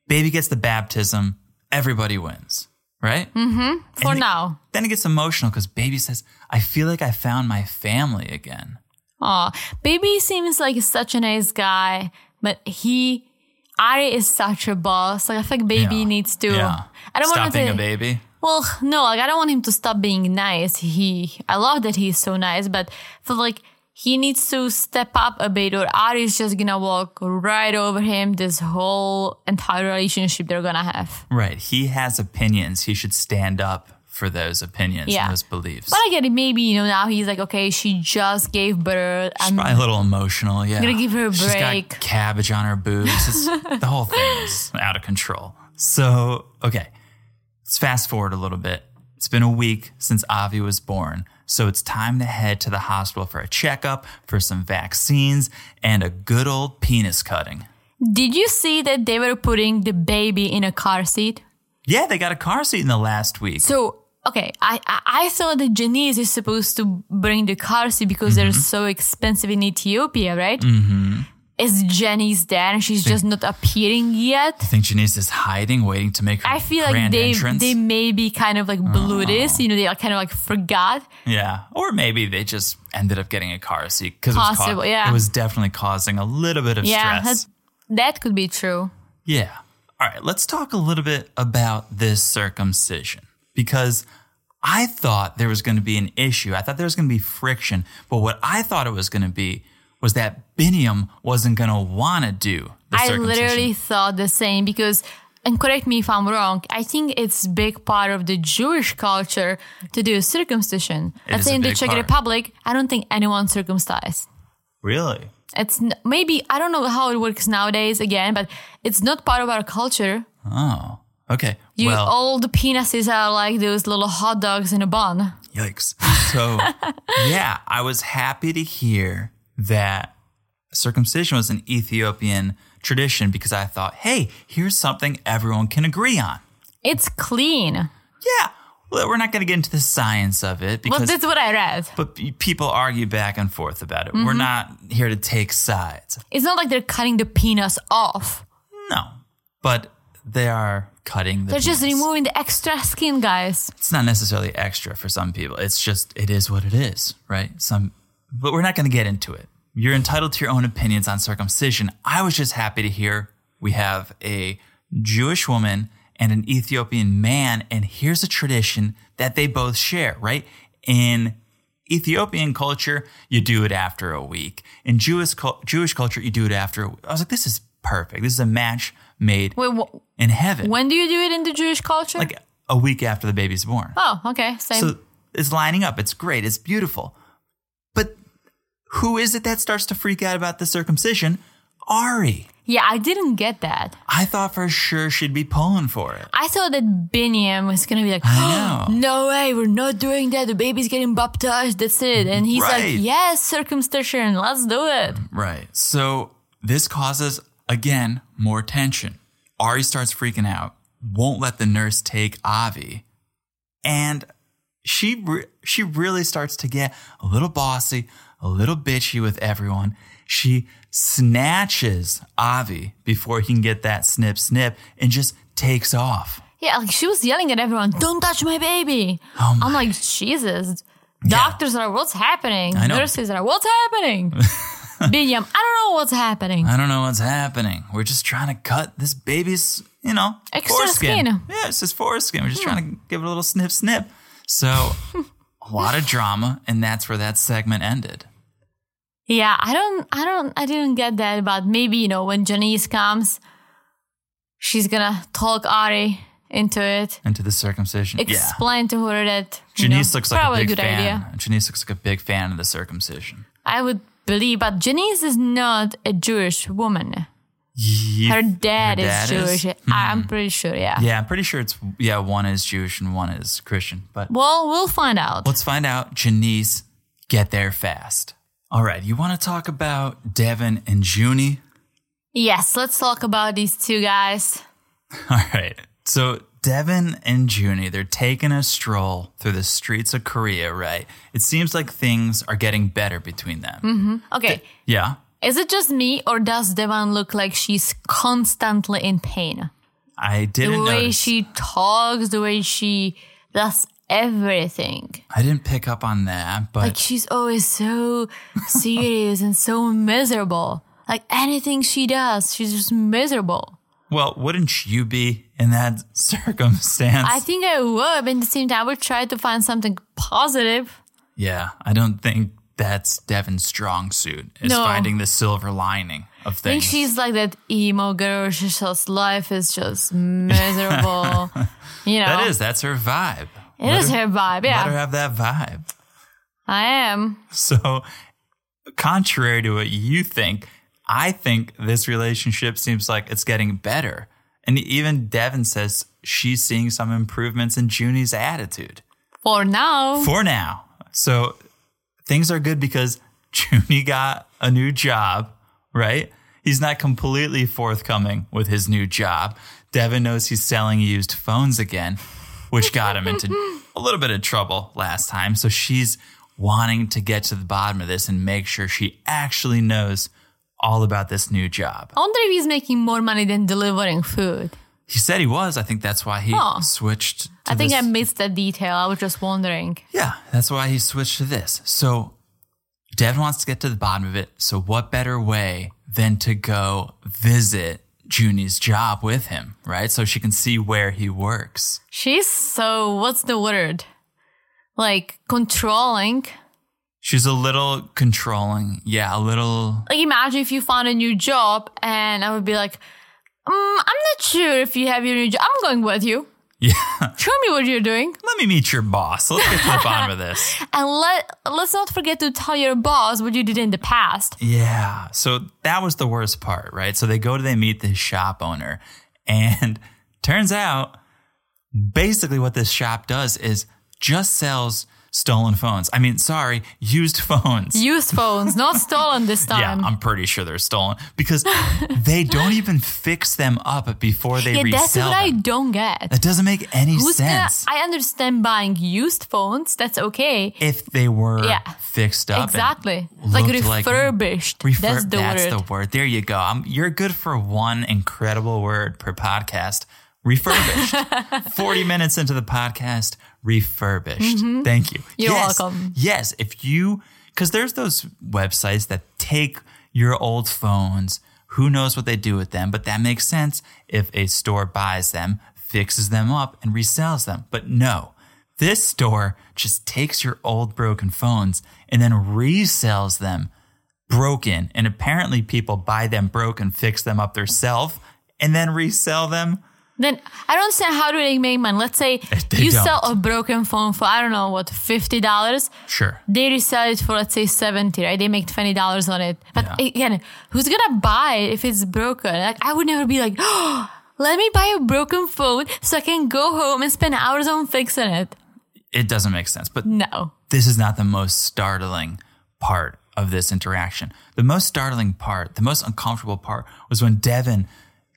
Speaker 1: baby gets the baptism, everybody wins, right?
Speaker 2: Mm-hmm. For now.
Speaker 1: Then it gets emotional because baby says, I feel like I found my family again.
Speaker 2: Aw, baby seems like such a nice guy, but he, Ari is such a boss. Like I think baby
Speaker 1: Yeah.
Speaker 2: needs to.
Speaker 1: Yeah.
Speaker 2: I don't
Speaker 1: Stop
Speaker 2: want
Speaker 1: being
Speaker 2: to.
Speaker 1: a baby.
Speaker 2: well, no, like I don't want him to stop being nice. He, I love that he's so nice, but I feel like he needs to step up a bit, or Ari is just gonna walk right over him. This whole entire relationship they're gonna have.
Speaker 1: Right. He has opinions. He should stand up for those opinions
Speaker 2: Yeah.
Speaker 1: and those beliefs.
Speaker 2: But I get it. Maybe you know now he's like, okay, she just gave birth.
Speaker 1: She's
Speaker 2: I'm
Speaker 1: probably a little emotional. Yeah.
Speaker 2: gonna give her a
Speaker 1: She's
Speaker 2: break.
Speaker 1: got cabbage on her boobs. It's, the whole thing is out of control. So, okay. Let's fast forward a little bit. It's been a week since Avi was born. So it's time to head to the hospital for a checkup, for some vaccines, and a good old penis cutting.
Speaker 2: Did you see that they were putting the baby in a car seat?
Speaker 1: Yeah, they got a car seat in the last week.
Speaker 2: So okay, I I, I saw that Janice is supposed to bring the car seat because they're
Speaker 1: Mm-hmm.
Speaker 2: so expensive in Ethiopia, right? Mm-hmm. Is Janice there and she's just not appearing yet?
Speaker 1: I think Janice is hiding, waiting to make her
Speaker 2: I feel like
Speaker 1: grand
Speaker 2: they
Speaker 1: entrance. Oh.
Speaker 2: they maybe kind of like blew this, you know, they like kind of like forgot.
Speaker 1: yeah, or maybe they just ended up getting a car seat because it, was
Speaker 2: Possible,
Speaker 1: cau-
Speaker 2: yeah.
Speaker 1: it was definitely causing a little bit of
Speaker 2: Yeah,
Speaker 1: stress.
Speaker 2: that, that could be true.
Speaker 1: Yeah. All right, let's talk a little bit about this circumcision because I thought there was going to be an issue. I thought there was going to be friction, but what I thought it was going to be was that Biniam wasn't going to want to do the
Speaker 2: I
Speaker 1: circumcision.
Speaker 2: literally thought the same because, and correct me if I'm wrong, I think it's big part of the Jewish culture to do circumcision. Let's
Speaker 1: is
Speaker 2: say
Speaker 1: a
Speaker 2: in the
Speaker 1: big
Speaker 2: Czech
Speaker 1: part.
Speaker 2: Republic, I don't think anyone circumcised.
Speaker 1: really?
Speaker 2: It's n- maybe I don't know how it works nowadays again, but it's not part of our culture.
Speaker 1: Oh, okay.
Speaker 2: You
Speaker 1: well,
Speaker 2: all the penises are like those little hot dogs in a bun.
Speaker 1: Yikes. So, yeah, I was happy to hear that circumcision was an Ethiopian tradition because I thought, hey, here's something everyone can agree on.
Speaker 2: It's clean.
Speaker 1: Yeah, well, we're not going to get into the science of it
Speaker 2: Well,
Speaker 1: because.
Speaker 2: that's what I read.
Speaker 1: but pe- people argue back and forth about it.
Speaker 2: Mm-hmm.
Speaker 1: We're not here to take sides.
Speaker 2: It's not like they're cutting the penis off.
Speaker 1: No, but they are cutting the.
Speaker 2: They're just
Speaker 1: penis.
Speaker 2: removing the extra skin, guys.
Speaker 1: It's not necessarily extra for some people. It's just it is what it is, right? Some, but we're not going to get into it. You're entitled to your own opinions on circumcision. I was just happy to hear we have a Jewish woman and an Ethiopian man, and here's a tradition that they both share, right? In Ethiopian culture, you do it after a week. In Jewish cul- Jewish culture, you do it after. A week. I was like, this is perfect. This is a match made
Speaker 2: Wait, wh-
Speaker 1: in heaven,
Speaker 2: when do you do it in the Jewish culture?
Speaker 1: like a week after the baby's born.
Speaker 2: oh, okay, same.
Speaker 1: So it's lining up. It's great. It's beautiful. But who is it that starts to freak out about the circumcision? Ari.
Speaker 2: yeah, I didn't get that.
Speaker 1: I thought for sure she'd be pulling for it.
Speaker 2: I thought that Biniam was gonna be like,
Speaker 1: I know.
Speaker 2: no way, we're not doing that. The baby's getting baptized. That's it. And he's
Speaker 1: Right.
Speaker 2: like, yes, circumcision. Let's do it.
Speaker 1: Right. So this causes, again, more tension. Ari starts freaking out, won't let the nurse take Avi. And she, re- she really starts to get a little bossy, a little bitchy with everyone. She snatches Avi before he can get that snip snip and just takes off.
Speaker 2: Yeah, like she was yelling at everyone, "Don't touch my baby!"
Speaker 1: Oh
Speaker 2: I'm like, Jesus. Doctors are what's happening.
Speaker 1: I know.
Speaker 2: Nurses are what's happening. Binyam, I don't know what's happening.
Speaker 1: I don't know what's happening. We're just trying to cut this baby's, you know,
Speaker 2: Extra
Speaker 1: foreskin.
Speaker 2: skin. Hmm.
Speaker 1: Yeah, it's just foreskin. We're just trying to give it a little snip, snip. So, a lot of drama, and that's where that segment ended.
Speaker 2: yeah, I don't, I don't, I didn't get that. But maybe you know when Janice comes, she's gonna talk Ari into it.
Speaker 1: Into the circumcision. yeah.
Speaker 2: Explain to her that you
Speaker 1: Janice
Speaker 2: know,
Speaker 1: looks like
Speaker 2: probably
Speaker 1: a big
Speaker 2: good
Speaker 1: fan.
Speaker 2: idea.
Speaker 1: Janice looks like a big fan of the circumcision.
Speaker 2: I would believe, but Janice is not a Jewish woman.
Speaker 1: Ye-
Speaker 2: Her dad,
Speaker 1: dad Hmm.
Speaker 2: is Jewish. I'm pretty sure. Yeah.
Speaker 1: Yeah, I'm pretty sure it's, yeah, one is Jewish and one is Christian. But
Speaker 2: Well, we'll find out.
Speaker 1: let's find out. Janice, get there fast. All right, you want to talk about Devin and Junie?
Speaker 2: Yes, let's talk about these two guys.
Speaker 1: All right. So Devin and Junie, they're taking a stroll through the streets of Korea, right? It seems like things are getting better between them.
Speaker 2: Mm-hmm. Okay,
Speaker 1: Yeah.
Speaker 2: is it just me or does Devon look like she's constantly in pain?
Speaker 1: I
Speaker 2: The
Speaker 1: didn't
Speaker 2: way
Speaker 1: notice.
Speaker 2: she talks, the way she does everything.
Speaker 1: I didn't pick up on that, but
Speaker 2: Like she's always so serious and so miserable. Like anything she does, she's just miserable.
Speaker 1: well, wouldn't you be in that circumstance?
Speaker 2: I think I would, but at the same time, I would try to find something positive.
Speaker 1: yeah, I don't think that's Devin's strong suit is
Speaker 2: No.
Speaker 1: finding the silver lining of
Speaker 2: I think
Speaker 1: things.
Speaker 2: she's like that emo girl. She's just life is just miserable. you know,
Speaker 1: that is that's her vibe.
Speaker 2: It is her vibe,
Speaker 1: Let her
Speaker 2: yeah.
Speaker 1: have that vibe.
Speaker 2: I am.
Speaker 1: So, contrary to what you think, I think this relationship seems like it's getting better. And even Devin says she's seeing some improvements in Junie's attitude
Speaker 2: For now.
Speaker 1: for now. So, things are good because Junie got a new job, right? He's not completely forthcoming with his new job. Devin knows he's selling used phones again, which got him into a little bit of trouble last time. So she's wanting to get to the bottom of this and make sure she actually knows all about this new job.
Speaker 2: I wonder if he's making more money than delivering food.
Speaker 1: He said he was. I think that's why he
Speaker 2: Oh.
Speaker 1: switched. To
Speaker 2: I think
Speaker 1: this-
Speaker 2: I missed that detail. I was just wondering.
Speaker 1: Yeah, that's why he switched to this. So Devin wants to get to the bottom of it. So what better way than to go visit Junie's job with him, right? So she can see where he works.
Speaker 2: She's so, what's the word? Like controlling.
Speaker 1: She's a little controlling. Yeah, a little.
Speaker 2: Like imagine if you found a new job and I would be like, mm, I'm not sure if you have your new job. I'm going with you.
Speaker 1: Yeah.
Speaker 2: Show me what you're doing.
Speaker 1: Let me meet your boss. Let's get to the bottom of this.
Speaker 2: And let, let's not forget to tell your boss what you did in the past.
Speaker 1: Yeah. So that was the worst part, right? So they go to they meet this shop owner, and turns out basically what this shop does is just sells stolen phones. I mean, sorry, used phones.
Speaker 2: Used phones, not stolen this
Speaker 1: yeah,
Speaker 2: time.
Speaker 1: I'm pretty sure they're stolen because they don't even fix them up before they resell
Speaker 2: that's what I
Speaker 1: them.
Speaker 2: don't get.
Speaker 1: that doesn't make any
Speaker 2: Who's gonna,
Speaker 1: sense.
Speaker 2: I understand buying used phones. That's okay.
Speaker 1: if they were
Speaker 2: Yeah.
Speaker 1: fixed up, and
Speaker 2: Exactly. Like
Speaker 1: looked like-
Speaker 2: refurbished.
Speaker 1: Refer-
Speaker 2: that's the word.
Speaker 1: There you go. I'm, you're good for one incredible word per podcast. Refurbished. 40 minutes into the podcast, refurbished. Thank you.
Speaker 2: Mm-hmm. You're
Speaker 1: yes,
Speaker 2: welcome.
Speaker 1: Yes. If you, because there's those websites that take your old phones, who knows what they do with them, but that makes sense if a store buys them, fixes them up, and resells them. But no. This store just takes your old broken phones and then resells them broken. And apparently, people buy them broken, fix them up themselves, and then resell them.
Speaker 2: Then I don't understand how do they make money. Let's say
Speaker 1: They
Speaker 2: you
Speaker 1: don't.
Speaker 2: sell a broken phone for I don't know what fifty dollars.
Speaker 1: Sure.
Speaker 2: They resell it for let's say seventy, right? They make twenty dollars on it. But
Speaker 1: Yeah.
Speaker 2: again, who's gonna buy it if it's broken? Like I would never be like, oh, let me buy a broken phone so I can go home and spend hours on fixing it.
Speaker 1: It doesn't make sense. But
Speaker 2: No.
Speaker 1: this is not the most startling part of this interaction. The most startling part, the most uncomfortable part was when Devin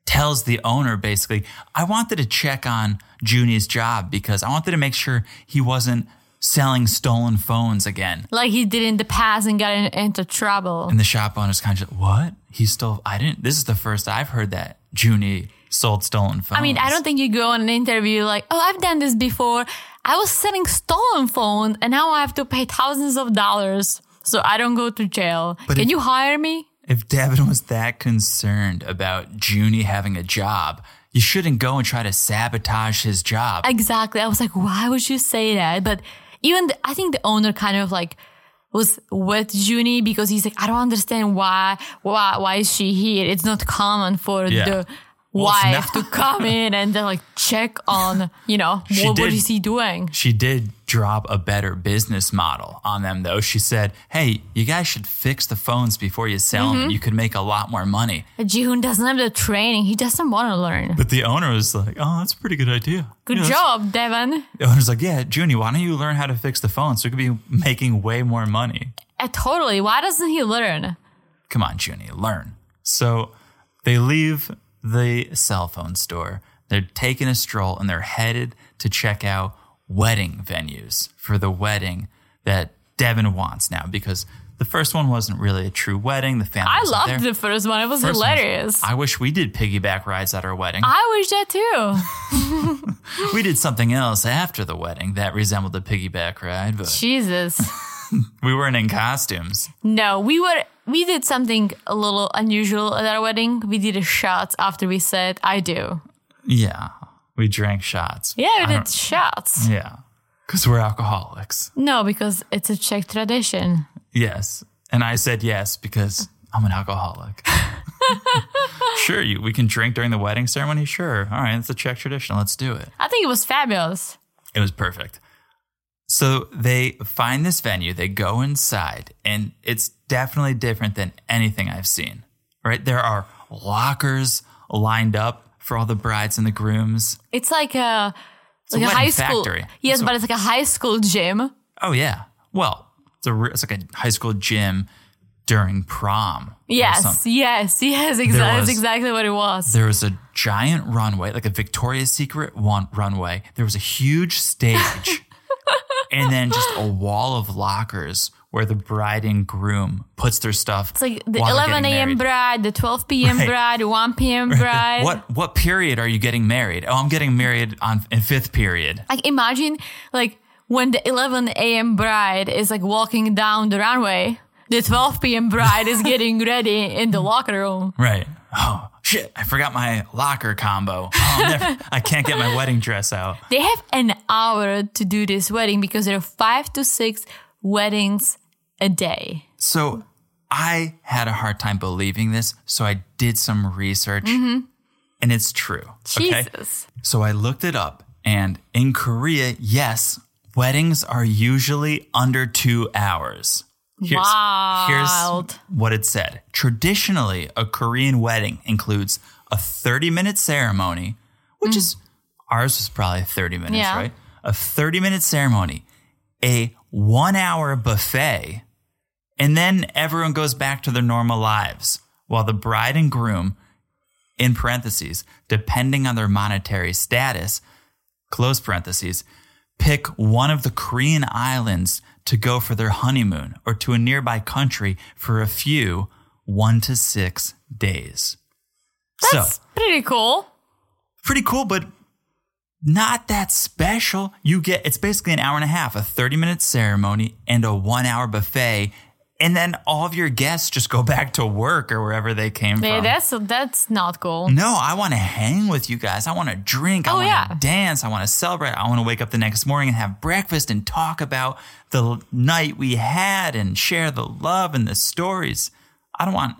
Speaker 1: tells the owner basically, I wanted to check on Junie's job because I wanted to make sure he wasn't selling stolen phones again.
Speaker 2: Like he did in the past and got in, into trouble.
Speaker 1: And the shop owner's kind of just, what? He stole, I didn't, this is the first I've heard that Junie sold stolen phones.
Speaker 2: I mean, I don't think you go on an interview like, oh, I've done this before. I was selling stolen phones and now I have to pay thousands of dollars so I don't go to jail.
Speaker 1: But
Speaker 2: Can
Speaker 1: if-
Speaker 2: you hire me?
Speaker 1: If Devin was that concerned about Junie having a job, you shouldn't go and try to sabotage his job.
Speaker 2: Exactly. I was like, why would you say that? But even the, I think the owner kind of like was with Junie because he's like, I don't understand why, why, why is she here? It's not common for
Speaker 1: Yeah.
Speaker 2: the
Speaker 1: Well, it's
Speaker 2: wife to come in and then like check on, you know,
Speaker 1: She
Speaker 2: what, what
Speaker 1: did.
Speaker 2: is he doing?
Speaker 1: she did drop a better business model on them, though. She said, Hey, you guys should fix the phones before you sell
Speaker 2: Mm-hmm.
Speaker 1: them. You could make a lot more money.
Speaker 2: Jihoon doesn't have the training. He doesn't want to learn.
Speaker 1: But the owner was like, Oh, that's a pretty good idea.
Speaker 2: Good
Speaker 1: Yeah, that's-
Speaker 2: job, Devon.
Speaker 1: The owner's like, Yeah, Junie, why don't you learn how to fix the phone so you could be making way more money?
Speaker 2: Uh, totally. Why doesn't he learn?
Speaker 1: Come on, Junie, learn. So they leave the cell phone store. They're taking a stroll and they're headed to check out wedding venues for the wedding that Devin wants now because the first one wasn't really a true wedding. The family
Speaker 2: I
Speaker 1: wasn't
Speaker 2: loved
Speaker 1: there.
Speaker 2: the first one. It was
Speaker 1: First one was-
Speaker 2: hilarious.
Speaker 1: I wish we did piggyback rides at our wedding.
Speaker 2: I wish that too.
Speaker 1: we did something else after the wedding that resembled a piggyback ride, but
Speaker 2: Jesus.
Speaker 1: we weren't in costumes.
Speaker 2: No, we were we did something a little unusual at our wedding. We did a shot after we said I do.
Speaker 1: Yeah, we drank shots.
Speaker 2: Yeah,
Speaker 1: I
Speaker 2: we did
Speaker 1: don't-
Speaker 2: shots.
Speaker 1: Yeah, because we're alcoholics.
Speaker 2: No, because it's a Czech tradition.
Speaker 1: Yes. And I said yes because I'm an alcoholic. sure, you, we can drink during the wedding ceremony. Sure. All right. It's a Czech tradition. Let's do it.
Speaker 2: I think it was fabulous.
Speaker 1: It was perfect. So they find this venue, they go inside, and it's definitely different than anything I've seen, right? There are lockers lined up for all the brides and the grooms.
Speaker 2: It's like a
Speaker 1: a
Speaker 2: like a
Speaker 1: wedding
Speaker 2: high school.
Speaker 1: factory.
Speaker 2: Yes,
Speaker 1: It's a-
Speaker 2: but it's like a high school gym.
Speaker 1: Oh, yeah. Well, it's, a, re- it's like a high school gym during prom. or something.
Speaker 2: Yes, yes, yes, exactly. That's
Speaker 1: was-
Speaker 2: exactly what it was.
Speaker 1: There was a giant runway, like a Victoria's Secret one runway. There was a huge stage, and then just a wall of lockers where the bride and groom puts their stuff.
Speaker 2: It's like the 11 a.m. bride, the 12 p.m.
Speaker 1: Right.
Speaker 2: bride, 1 p.m. bride.
Speaker 1: What what period are you getting married? Oh, I'm getting married on in fifth period.
Speaker 2: Like imagine like when the 11 a.m. bride is like walking down the runway, the 12 p.m. bride is getting ready in the locker room.
Speaker 1: Right. Oh, shit, I forgot my locker combo. I'll never, I can't get my wedding dress out.
Speaker 2: They have an hour to do this wedding because there are five to six weddings a day.
Speaker 1: So I had a hard time believing this. So I did some research and it's true. Okay.
Speaker 2: Mm-hmm. Jesus.
Speaker 1: So I looked it up, and in Korea, yes, weddings are usually under two hours. Here's,
Speaker 2: Wild.
Speaker 1: here's what it said. Traditionally, a Korean wedding includes a 30 minute ceremony, which is ours was probably 30 minutes,
Speaker 2: Mm. Yeah.
Speaker 1: right? A 30 minute ceremony, a one hour buffet, and then everyone goes back to their normal lives while the bride and groom in parentheses, depending on their monetary status, close parentheses, pick one of the Korean islands to go for their honeymoon or to a nearby country for a few one to six days.
Speaker 2: That's
Speaker 1: so,
Speaker 2: pretty cool.
Speaker 1: pretty cool, but not that special. You get it's basically an hour and a half, a 30 minute ceremony, and a one hour buffet. And then all of your guests just go back to work or wherever they came
Speaker 2: Yeah,
Speaker 1: from.
Speaker 2: that's that's not cool.
Speaker 1: No, I want to hang with you guys. I want to drink. I
Speaker 2: Oh,
Speaker 1: want to
Speaker 2: yeah.
Speaker 1: dance. I want to celebrate. I want to wake up the next morning and have breakfast and talk about the l- night we had and share the love and the stories. I don't want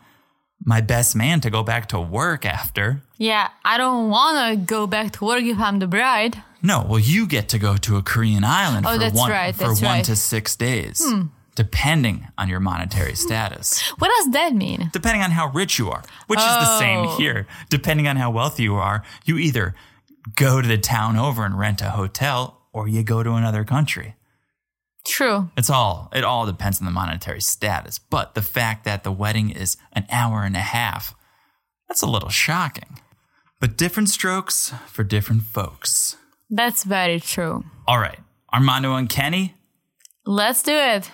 Speaker 1: my best man to go back to work after.
Speaker 2: Yeah, I don't want to go back to work if I'm the bride.
Speaker 1: No, well, you get to go to a Korean island
Speaker 2: Oh,
Speaker 1: for,
Speaker 2: that's
Speaker 1: one,
Speaker 2: right,
Speaker 1: for
Speaker 2: that's
Speaker 1: one
Speaker 2: right. Hmm.
Speaker 1: to six days, depending on your monetary status.
Speaker 2: What does that mean?
Speaker 1: depending on how rich you are, which is the same
Speaker 2: Oh.
Speaker 1: here. Depending on how wealthy you are, you either go to the town over and rent a hotel or you go to another country.
Speaker 2: True.
Speaker 1: It's all, it all depends on the monetary status. But the fact that the wedding is an hour and a half, that's a little shocking. But different strokes for different folks.
Speaker 2: That's very true.
Speaker 1: All right, Armando and Kenny,
Speaker 2: Let's do it.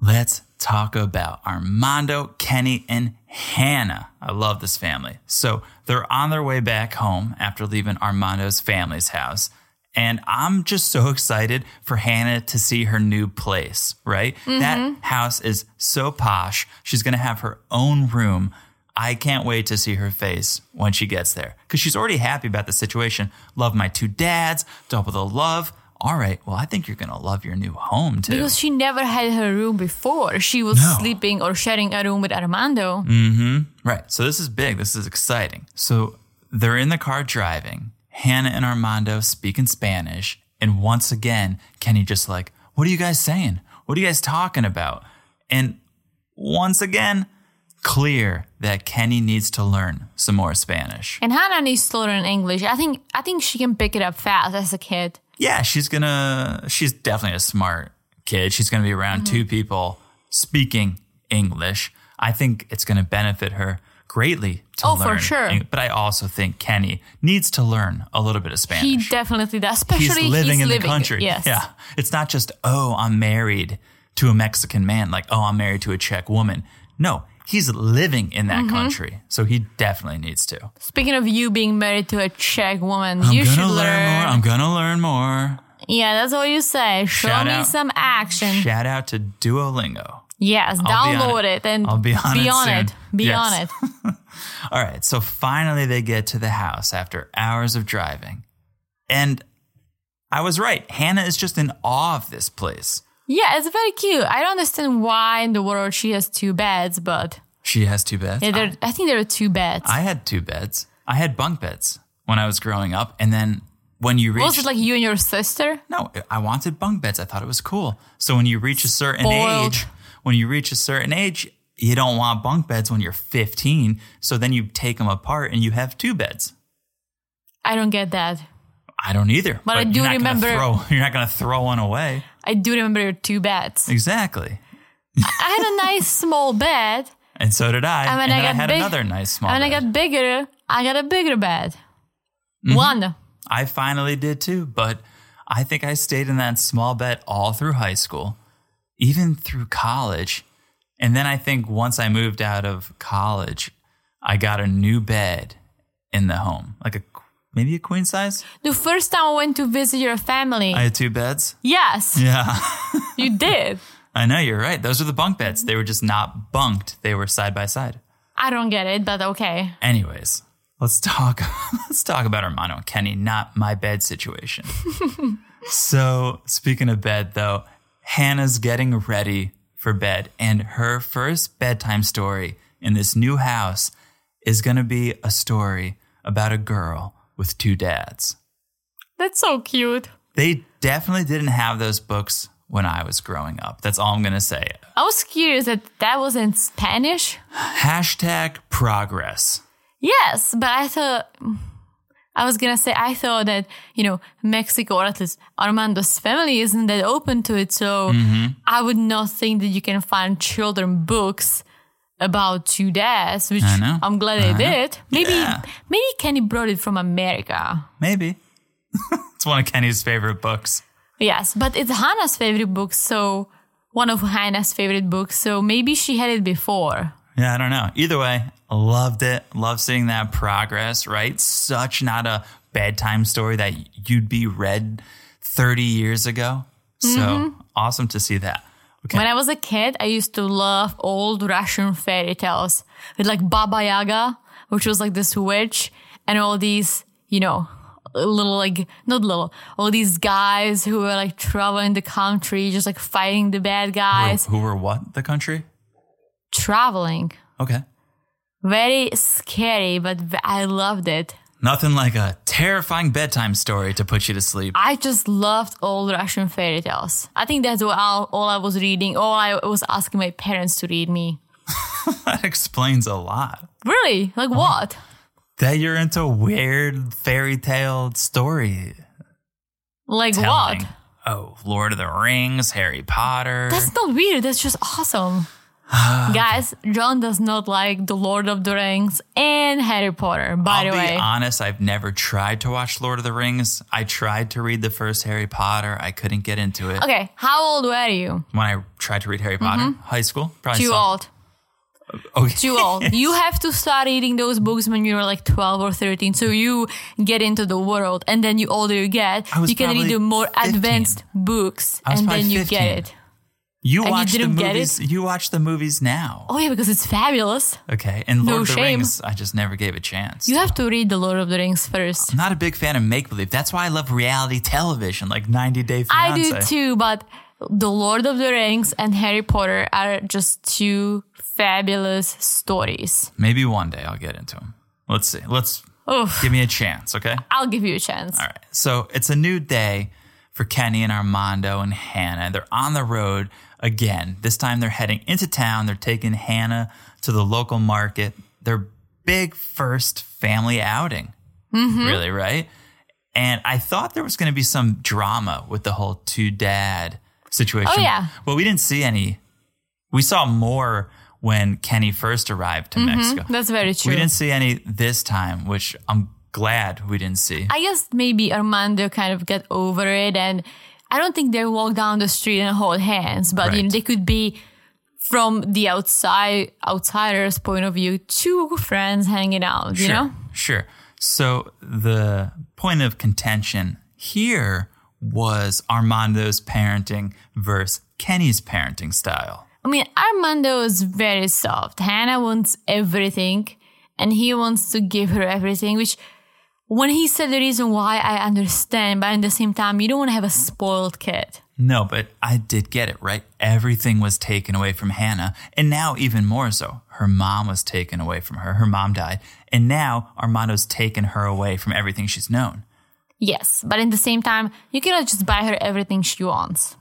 Speaker 1: Let's talk about Armando, Kenny, and Hannah. I love this family. So they're on their way back home after leaving Armando's family's house. And I'm just so excited for Hannah to see her new place, right? That house is so posh. She's going to have her own room. I can't wait to see her face when she gets there because she's already happy about the situation. Love my two dads, double the love. All right. Well, I think you're going to love your new home too.
Speaker 2: Because she never had her room before. She was
Speaker 1: No. Mm.
Speaker 2: sleeping or sharing a room with Armando.
Speaker 1: Right. So this is big. This is exciting. So they're in the car driving. Hannah and Armando speak in Spanish. And once again, Kenny just like, what are you guys saying? What are you guys talking about? And once again, clear that Kenny needs to learn some more Spanish.
Speaker 2: And Hannah needs to learn English. I think I think she can pick it up fast as a kid.
Speaker 1: Yeah, she's gonna, she's definitely a smart kid. She's gonna be around
Speaker 2: Mm-hmm.
Speaker 1: two people speaking English. I think it's gonna benefit her greatly to
Speaker 2: Oh,
Speaker 1: learn.
Speaker 2: for sure.
Speaker 1: Eng- But I also think Kenny needs to learn a little bit of Spanish.
Speaker 2: He definitely does.
Speaker 1: he's
Speaker 2: Especially
Speaker 1: living
Speaker 2: he's
Speaker 1: in
Speaker 2: living,
Speaker 1: the country.
Speaker 2: Yes.
Speaker 1: Yeah. It's not just, oh, I'm married to a Mexican man, like, oh, I'm married to a Czech woman. No, he's living in
Speaker 2: Mm-hmm.
Speaker 1: that country. So he definitely needs to.
Speaker 2: Speaking of you being married to a Czech woman, you
Speaker 1: I'm
Speaker 2: should
Speaker 1: gonna
Speaker 2: learn.
Speaker 1: learn more. I'm gonna learn more.
Speaker 2: yeah, that's all you say. Show
Speaker 1: Shout
Speaker 2: me
Speaker 1: out.
Speaker 2: some action.
Speaker 1: Shout out to Duolingo.
Speaker 2: yes,
Speaker 1: I'll be on
Speaker 2: download
Speaker 1: it.
Speaker 2: it. and
Speaker 1: I'll be on it soon.
Speaker 2: it. Be
Speaker 1: Yes.
Speaker 2: on it.
Speaker 1: All right, so finally they get to the house after hours of driving. And I was right. Hannah is just in awe of this place.
Speaker 2: Yeah, it's very cute. I don't understand why in the world she has two beds, but
Speaker 1: She has two beds.
Speaker 2: yeah, there, I think there are two beds.
Speaker 1: I had two beds. I had bunk beds when I was growing up, and then when you reach
Speaker 2: was it like you and your sister?
Speaker 1: no, I wanted bunk beds. I thought it was cool. So when you reach a certain
Speaker 2: Spoiled.
Speaker 1: age, when you reach a certain age, you don't want bunk beds when you're 15. So then you take them apart and you have two beds.
Speaker 2: I don't get that.
Speaker 1: I don't either.
Speaker 2: But I do
Speaker 1: you're not gonna
Speaker 2: remember-
Speaker 1: throw- you're not going to throw one away.
Speaker 2: I do remember your two beds.
Speaker 1: Exactly.
Speaker 2: I had a nice small bed,
Speaker 1: And so did I.
Speaker 2: And when
Speaker 1: and
Speaker 2: I
Speaker 1: then I
Speaker 2: got
Speaker 1: had
Speaker 2: big-
Speaker 1: another nice small.
Speaker 2: and when I
Speaker 1: bed.
Speaker 2: got bigger, I got a bigger bed.
Speaker 1: Mm-hmm.
Speaker 2: One.
Speaker 1: I finally did too, but I think I stayed in that small bed all through high school, even through college. And then I think once I moved out of college, I got a new bed in the home, like a maybe a queen size.
Speaker 2: The first time I went to visit your family.
Speaker 1: I had two beds.
Speaker 2: yes,
Speaker 1: Yeah,
Speaker 2: you did.
Speaker 1: I know you're right. Those are the bunk beds. They were just not bunked. They were side by side.
Speaker 2: I don't get it, but okay.
Speaker 1: Anyways, let's talk let's talk about Armando and Kenny, not my bed situation. so speaking of bed though, Hannah's getting ready for bed, and her first bedtime story in this new house is gonna be a story about a girl with two dads.
Speaker 2: That's so cute.
Speaker 1: They definitely didn't have those books when I was growing up. That's all I'm gonna say.
Speaker 2: I was curious that that was in Spanish.
Speaker 1: Hashtag progress.
Speaker 2: Yes, but I thought I was gonna say I thought that you know Mexico or at least Armando's family isn't that open to it, so
Speaker 1: Mm-hmm.
Speaker 2: I would not think that you can find children books about two dads, which
Speaker 1: I know.
Speaker 2: I'm glad they did. Maybe
Speaker 1: Yeah.
Speaker 2: maybe Kenny brought it from America.
Speaker 1: Maybe. it's one of Kenny's favorite books.
Speaker 2: Yes, but it's Hannah's favorite book, so one of Hannah's favorite books, so maybe she had it before.
Speaker 1: Yeah, I don't know. Either way, loved it. Love seeing that progress, right? Such not a bedtime story that you'd be read 30 years ago. So awesome to see that. Okay.
Speaker 2: When I was a kid, I used to love old Russian fairy tales with like Baba Yaga, which was like this witch, and all these, you know, little like not little, all these guys who were like traveling the country, just like fighting the bad
Speaker 1: Who-
Speaker 2: guys,
Speaker 1: who were what? The country?
Speaker 2: traveling.
Speaker 1: Okay.
Speaker 2: Very scary, but v- I loved it.
Speaker 1: Nothing like a terrifying bedtime story to put you to sleep.
Speaker 2: I just loved old Russian fairy tales. I think that's all, all I was reading, all I was asking my parents to read me.
Speaker 1: That explains a lot.
Speaker 2: Really? Like what?
Speaker 1: That you're into weird fairy tale story
Speaker 2: Like
Speaker 1: telling.
Speaker 2: what?
Speaker 1: Oh, Lord of the Rings, Harry Potter.
Speaker 2: That's not weird. That's just awesome.
Speaker 1: Ah.
Speaker 2: Guys, John does not like The Lord of the Rings and Harry Potter, by
Speaker 1: I'll
Speaker 2: the way.
Speaker 1: be honest, I've never tried to watch Lord of the Rings. I tried to read the first Harry Potter. I couldn't get into it.
Speaker 2: okay, how old were you?
Speaker 1: When I tried to read Harry Potter, high school, probably
Speaker 2: Too
Speaker 1: saw-
Speaker 2: old.
Speaker 1: Okay.
Speaker 2: Too old. you have to start reading those books when you were like 12 or 13. So you get into the world. And then you older you get,
Speaker 1: I was
Speaker 2: you can read
Speaker 1: probably
Speaker 2: the more
Speaker 1: 15.
Speaker 2: advanced books.
Speaker 1: was
Speaker 2: And
Speaker 1: probably
Speaker 2: then you get
Speaker 1: 15.
Speaker 2: it.
Speaker 1: You
Speaker 2: you
Speaker 1: watch the
Speaker 2: didn't get it?
Speaker 1: movies. You watch the movies now.
Speaker 2: Oh, yeah, because it's fabulous.
Speaker 1: Okay. And Lord
Speaker 2: Oh. No
Speaker 1: of the
Speaker 2: shame.
Speaker 1: Rings, I just never gave a chance.
Speaker 2: You have to read The Lord of the Rings first.
Speaker 1: I'm not a big fan of make believe. That's why I love reality television, like 90 Day Fiance.
Speaker 2: I do too, but The Lord of the Rings and Harry Potter are just two fabulous stories.
Speaker 1: Maybe one day I'll get into them. Let's see. Let's
Speaker 2: Oof.
Speaker 1: give me a chance, okay?
Speaker 2: I'll give you a chance.
Speaker 1: All right. So it's a new day for Kenny and Armando and Hannah. They're on the road again. This time they're heading into town. They're taking Hannah to the local market. Their big first family outing,
Speaker 2: Mm-hmm.
Speaker 1: really, right? And I thought there was going to be some drama with the whole two dad situation.
Speaker 2: Oh, yeah.
Speaker 1: But we didn't see any. We saw more when Kenny first arrived to Mexico.
Speaker 2: Mm-hmm. That's very
Speaker 1: We
Speaker 2: true.
Speaker 1: didn't see any this time, which I'm glad we didn't see.
Speaker 2: I guess maybe Armando kind of got over it, and I don't think they walk down the street and hold hands, but you know
Speaker 1: Right.
Speaker 2: they could be from the outside outsider's point of view, two friends hanging out. You
Speaker 1: sure,
Speaker 2: know,
Speaker 1: Sure. So the point of contention here was Armando's parenting versus Kenny's parenting style.
Speaker 2: I mean, Armando is very soft. Hannah wants everything, and he wants to give her everything, which when he said the reason why, I understand. But at the same time, you don't want to have a spoiled kid.
Speaker 1: No, but I did get it, right? Everything was taken away from Hannah, and now even more so. Her mom was taken away from her. Her mom died, and now Armando's taken her away from everything she's known.
Speaker 2: Yes, but at the same time, you cannot just buy her everything she wants.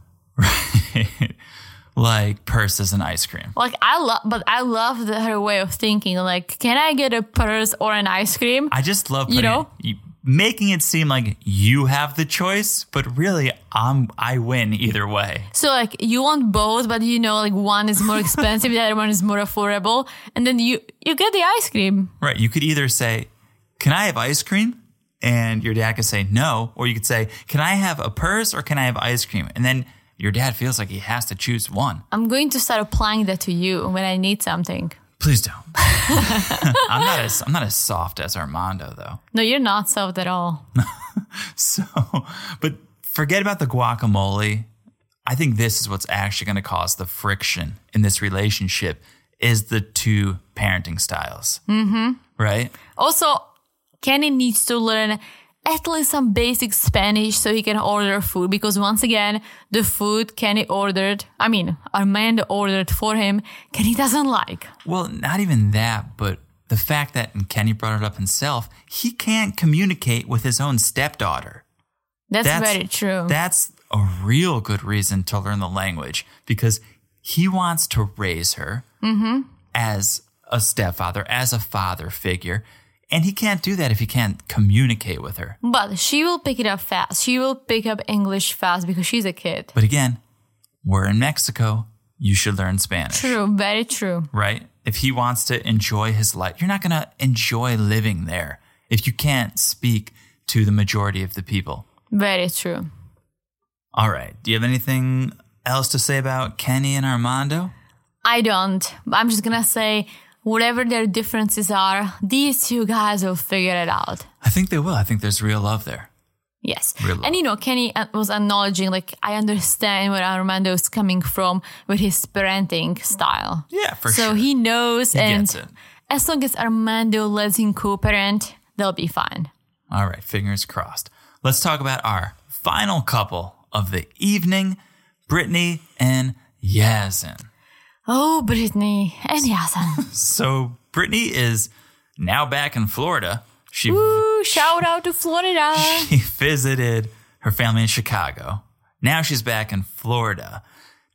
Speaker 1: like purses and ice cream.
Speaker 2: Like I love, but I love the, her way of thinking. Like, can I get a purse or an ice cream?
Speaker 1: I just love putting,
Speaker 2: know?
Speaker 1: you- making it seem like you have the choice, but really I'm I win either way.
Speaker 2: So like, you want both, but you know, like one is more expensive, the other one is more affordable, and then you you get the ice cream.
Speaker 1: Right. You could either say, Can I have ice cream? And your dad could say no, or you could say, Can I have a purse or can I have ice cream? And then your dad feels like he has to choose one.
Speaker 2: I'm going to start applying that to you when I need something.
Speaker 1: Please don't. I'm not as I'm not as soft as Armando though.
Speaker 2: No, you're not soft at all.
Speaker 1: So, but forget about the guacamole. I think this is what's actually going to cause the friction in this relationship is the two parenting styles. Mm-hmm. Right?
Speaker 2: Also, Kenny needs to learn at least some basic Spanish so he can order food because once again, the food Kenny ordered, I mean, Armando ordered for him, Kenny doesn't like.
Speaker 1: Well, not even that, but the fact that, and Kenny brought it up himself, he can't communicate with his own stepdaughter.
Speaker 2: That's, very true.
Speaker 1: That's a real good reason to learn the language because he wants to raise her
Speaker 2: Mm-hmm.
Speaker 1: as a stepfather, as a father figure. And he can't do that if he can't communicate with her.
Speaker 2: but she will pick it up fast. She will pick up English fast because she's a kid.
Speaker 1: But again, we're in Mexico. You should learn Spanish,
Speaker 2: True, very true.
Speaker 1: right? If he wants to enjoy his life, you're not going to enjoy living there if you can't speak to the majority of the people.
Speaker 2: Very true.
Speaker 1: All right. Do you have anything else to say about Kenny and Armando?
Speaker 2: I don't. I'm just gonna say whatever their differences are, these two guys will figure it out.
Speaker 1: I think they will. I think there's real love there.
Speaker 2: Yes.
Speaker 1: Really?
Speaker 2: And you know, Kenny uh, was acknowledging, like, I understand where Armando is coming from with his parenting style.
Speaker 1: Yeah, for
Speaker 2: so
Speaker 1: sure.
Speaker 2: he knows,
Speaker 1: He
Speaker 2: and
Speaker 1: gets it.
Speaker 2: as long as Armando lets him co parent, they'll be fine.
Speaker 1: All right, fingers crossed. Let's talk about our final couple of the evening Brittany and Yazin.
Speaker 2: Oh, Brittany and Yasin.
Speaker 1: So, Brittany is now back in Florida. She,
Speaker 2: Ooh, shout out to Florida.
Speaker 1: she visited her family in Chicago. Now she's back in Florida.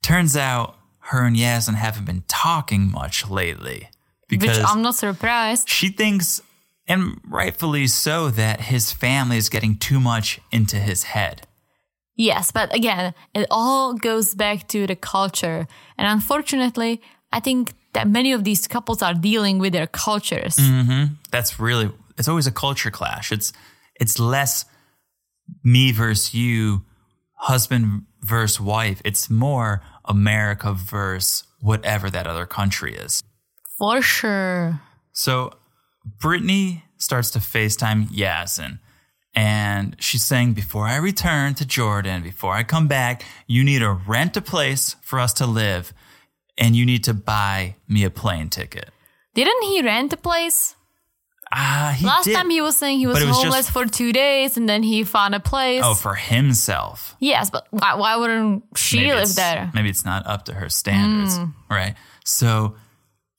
Speaker 1: Turns out her and Yazin haven't been talking much lately
Speaker 2: Which
Speaker 1: because
Speaker 2: I'm not surprised.
Speaker 1: she thinks, and rightfully so, that his family is getting too much into his head.
Speaker 2: Yes, but again, it all goes back to the culture. And unfortunately, I think that many of these couples are dealing with their cultures.
Speaker 1: Mm. That's really it's always a culture clash. It's it's less me versus you, husband versus wife. It's more America versus whatever that other country is.
Speaker 2: For sure.
Speaker 1: So Brittany starts to FaceTime Yasin. And she's saying, Before I return to Jordan, before I come back, you need to rent a place for us to live. And you need to buy me a plane ticket.
Speaker 2: Didn't he rent a place?
Speaker 1: Ah, he
Speaker 2: Last
Speaker 1: did-
Speaker 2: time he was saying he was,
Speaker 1: it was just-
Speaker 2: homeless for two days and then he found a place.
Speaker 1: Oh, for himself.
Speaker 2: Yes, but why, why wouldn't she live
Speaker 1: it's-
Speaker 2: there? Hmm.
Speaker 1: Maybe it's not up to her standards, right? So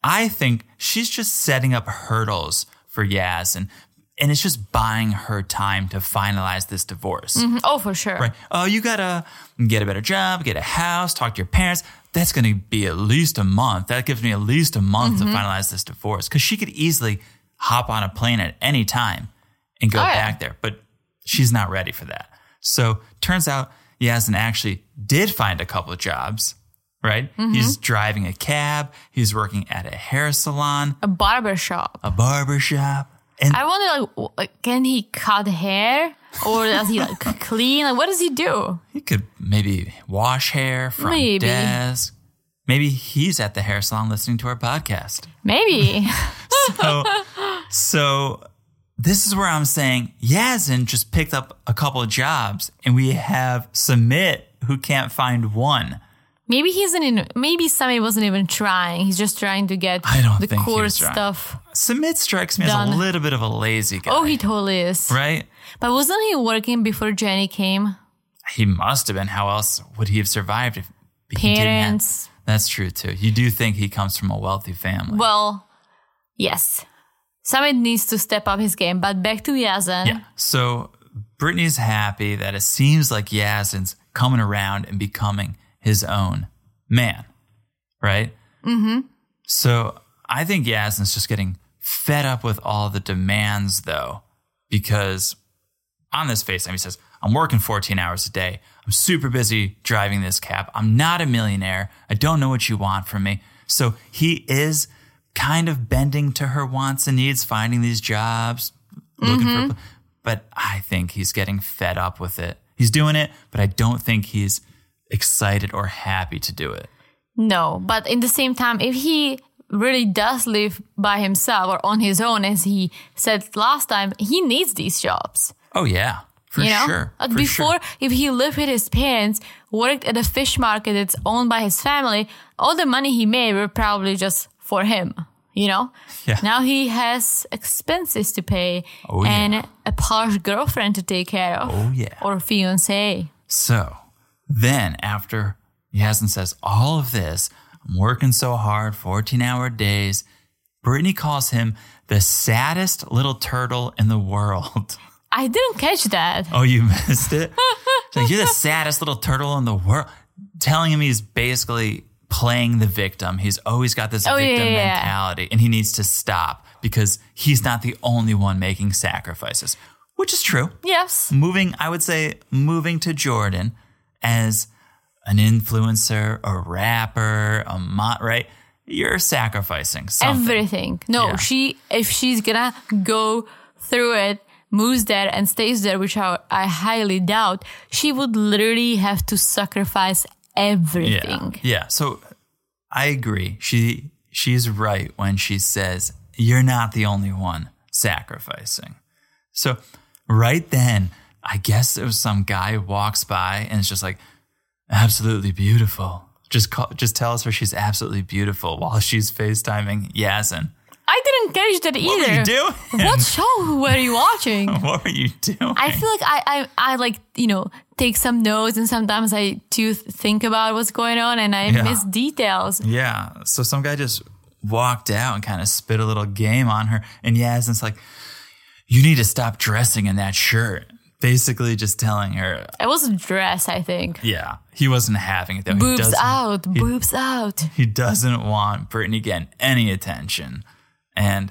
Speaker 1: I think she's just setting up hurdles for Yaz and and it's just buying her time to finalize this divorce.
Speaker 2: Mhm. Oh, for sure.
Speaker 1: Right. Oh, you gotta get a better job, get a house, talk to your parents. That's gonna be at least a month. That gives me at least a month
Speaker 2: Mm-hmm.
Speaker 1: to finalize this divorce. Cause she could easily hop on a plane at any time and go
Speaker 2: Oh, yeah.
Speaker 1: back there. But she's not ready for that. So turns out Yasmin actually did find a couple of jobs, right?
Speaker 2: Mm-hmm.
Speaker 1: He's driving a cab, he's working at a hair salon,
Speaker 2: A barber shop.
Speaker 1: a barber shop. And
Speaker 2: I wonder, like, w- like, can he cut hair or does he like clean? Like, what does he do?
Speaker 1: He could maybe wash hair from
Speaker 2: Maybe.
Speaker 1: desk. Maybe he's at the hair salon listening to our podcast.
Speaker 2: Maybe.
Speaker 1: So, so this is where I'm saying Yazin just picked up a couple of jobs, and we have Submit who can't find one.
Speaker 2: Maybe he's not in. Maybe Sammy wasn't even trying. He's just trying to get
Speaker 1: I don't
Speaker 2: the
Speaker 1: think he
Speaker 2: core
Speaker 1: was trying.
Speaker 2: stuff.
Speaker 1: Submit strikes me as a
Speaker 2: Done.
Speaker 1: little bit of a lazy guy,
Speaker 2: Oh, he totally is.
Speaker 1: right?
Speaker 2: But wasn't he working before Jenny came?
Speaker 1: He must have been. How else would he have survived if he didn't have-
Speaker 2: Parents.
Speaker 1: That's true too. You do think he comes from a wealthy family.
Speaker 2: Well, yes. Sammy needs to step up his game. But back to Yazan.
Speaker 1: Yeah. So Brittany's happy that it seems like Yasin's coming around and becoming his own man, right? Mm-hmm. So I think Yasin's just getting fed up with all the demands, though, because on this FaceTime, he says, I'm working 14 hours a day. I'm super busy driving this cab. I'm not a millionaire. I don't know what you want from me. So he is kind of bending to her wants and needs, finding these jobs, looking
Speaker 2: Mm-hmm.
Speaker 1: for. But I think he's getting fed up with it. He's doing it, but I don't think he's excited or happy to do it.
Speaker 2: No, but in the same time, if he really does live by himself or on his own, as he said last time, he needs these jobs.
Speaker 1: Oh, yeah, for
Speaker 2: you know,
Speaker 1: sure.
Speaker 2: Like
Speaker 1: for
Speaker 2: before,
Speaker 1: sure.
Speaker 2: if he lived with his parents, worked at a fish market that's owned by his family, all the money he made were probably just for him. you know?
Speaker 1: Yeah.
Speaker 2: Now he has expenses to pay
Speaker 1: Oh, yeah.
Speaker 2: and a posh girlfriend to take care of.
Speaker 1: Oh, yeah.
Speaker 2: Or fiance.
Speaker 1: So then, after Yasmin says all of this, I'm working so hard, 14 hour days, Brittany calls him the saddest little turtle in the world.
Speaker 2: I didn't catch that.
Speaker 1: Oh, you missed it? She's like, You're the saddest little turtle in the world. Telling him he's basically playing the victim. He's always got this
Speaker 2: Oh, yeah,
Speaker 1: victim
Speaker 2: yeah, yeah.
Speaker 1: mentality, and he needs to stop because he's not the only one making sacrifices, which is true
Speaker 2: Yes.
Speaker 1: moving i would say moving to jordan as an influencer a rapper a mo- right you're sacrificing something
Speaker 2: Everything. No,
Speaker 1: Yeah.
Speaker 2: she if she's gonna go through it, moves there and stays there, which I, I highly doubt, she would literally have to sacrifice
Speaker 1: yeah.
Speaker 2: everything.
Speaker 1: yeah so i agree she she's right when she says you're not the only one sacrificing so right then i guess it was some guy who walks by and it's just like absolutely beautiful just call, just tells her she's absolutely beautiful while she's facetiming yasin
Speaker 2: I didn't catch that either.
Speaker 1: What were you doing?
Speaker 2: What show were you watching?
Speaker 1: What were you doing?
Speaker 2: I feel like I, I, I like, you know, take some notes and sometimes I do think about what's going on and I
Speaker 1: Yeah.
Speaker 2: miss details.
Speaker 1: yeah. So some guy just walked out and kind of spit a little game on her. And Yasmin's like, you need to stop dressing in that shirt. Basically just telling her,
Speaker 2: It was a dress, I think.
Speaker 1: yeah, he wasn't having it though. he
Speaker 2: Boobs
Speaker 1: doesn't,
Speaker 2: out, boobs out.
Speaker 1: He doesn't want Brittany getting any attention. And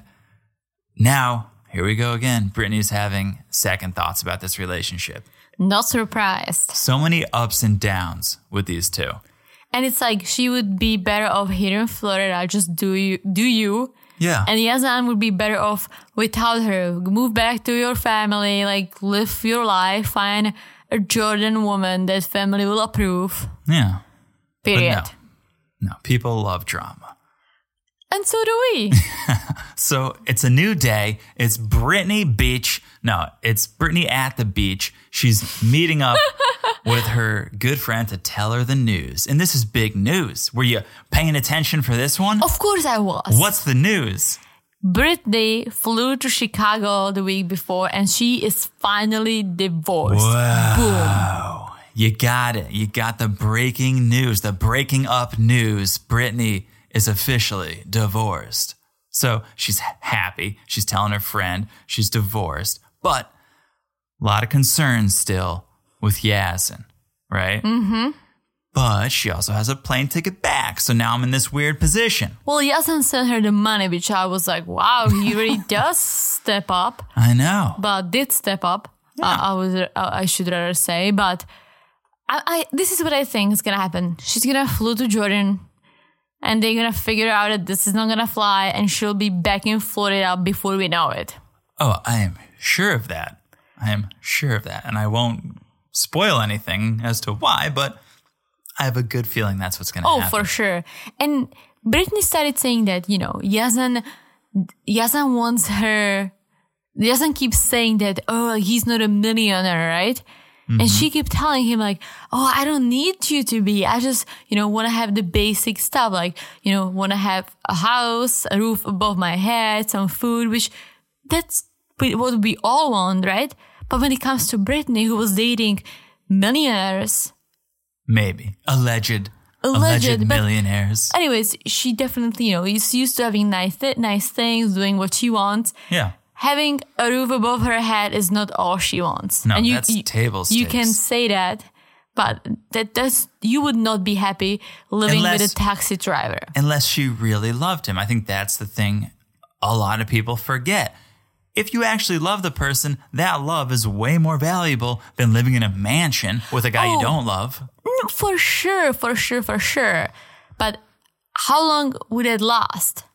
Speaker 1: now here we go again. Brittany's having second thoughts about this relationship.
Speaker 2: Not surprised.
Speaker 1: So many ups and downs with these two.
Speaker 2: And it's like she would be better off here in Florida. Just do you, do you.
Speaker 1: Yeah.
Speaker 2: And Yazan would be better off without her. Move back to your family, like live your life, find a Jordan woman that family will approve.
Speaker 1: yeah. But
Speaker 2: Period.
Speaker 1: No, no, people love drama.
Speaker 2: And so do we.
Speaker 1: So it's a new day. It's Brittany Beach. No, it's Brittany at the beach. She's meeting up with her good friend to tell her the news. And this is big news. Were you paying attention for this one?
Speaker 2: of course I was.
Speaker 1: What's the news?
Speaker 2: Britney flew to Chicago the week before and she is finally divorced.
Speaker 1: You got it. You got the breaking news, the breaking up news. Brittany is officially divorced. So she's happy. She's telling her friend she's divorced, but a lot of concerns still with Yasin, right? Mm-hmm. But she also has a plane ticket back. So now I'm in this weird position.
Speaker 2: Well, Yasin sent her the money, which I was like, wow, he really does step up,
Speaker 1: I know.
Speaker 2: but did step up. Uh, I was, uh, I should rather say, but I, I, this is what I think is gonna happen. She's gonna flew to Jordan, and they're gonna figure out that this is not gonna fly, and she'll be back in Florida before we know it.
Speaker 1: Oh, I am sure of that. I am sure of that. And I won't spoil anything as to why, but I have a good feeling that's what's going to
Speaker 2: Oh,
Speaker 1: happen.
Speaker 2: for sure. And Britney started saying that, you know, Yazan Yazan wants her Yazan keeps saying that, oh, he's not a millionaire, right? And she kept telling him like, "Oh, I don't need you to be. I just, you know, want to have the basic stuff, like, you know, want to have a house, a roof above my head, some food, which that's what we all want, right? But when it comes to Britney, who was dating millionaires,
Speaker 1: Maybe. Alleged.
Speaker 2: Alleged,
Speaker 1: Alleged,
Speaker 2: but-
Speaker 1: millionaires.
Speaker 2: anyways, she definitely, you know, is used to having nice, th- nice things, doing what she wants.
Speaker 1: yeah.
Speaker 2: Having a roof above her head is not all she wants.
Speaker 1: No, that's table
Speaker 2: You can
Speaker 1: stakes.
Speaker 2: say that, but that that's you would not be happy living with
Speaker 1: Unless-
Speaker 2: a taxi driver.
Speaker 1: Unless she really loved him. I think that's the thing a lot of people forget. If you actually love the person, that love is way more valuable than living in a mansion with a guy
Speaker 2: Oh.
Speaker 1: you don't love.
Speaker 2: No, for sure, for sure, for sure. But how long would it last?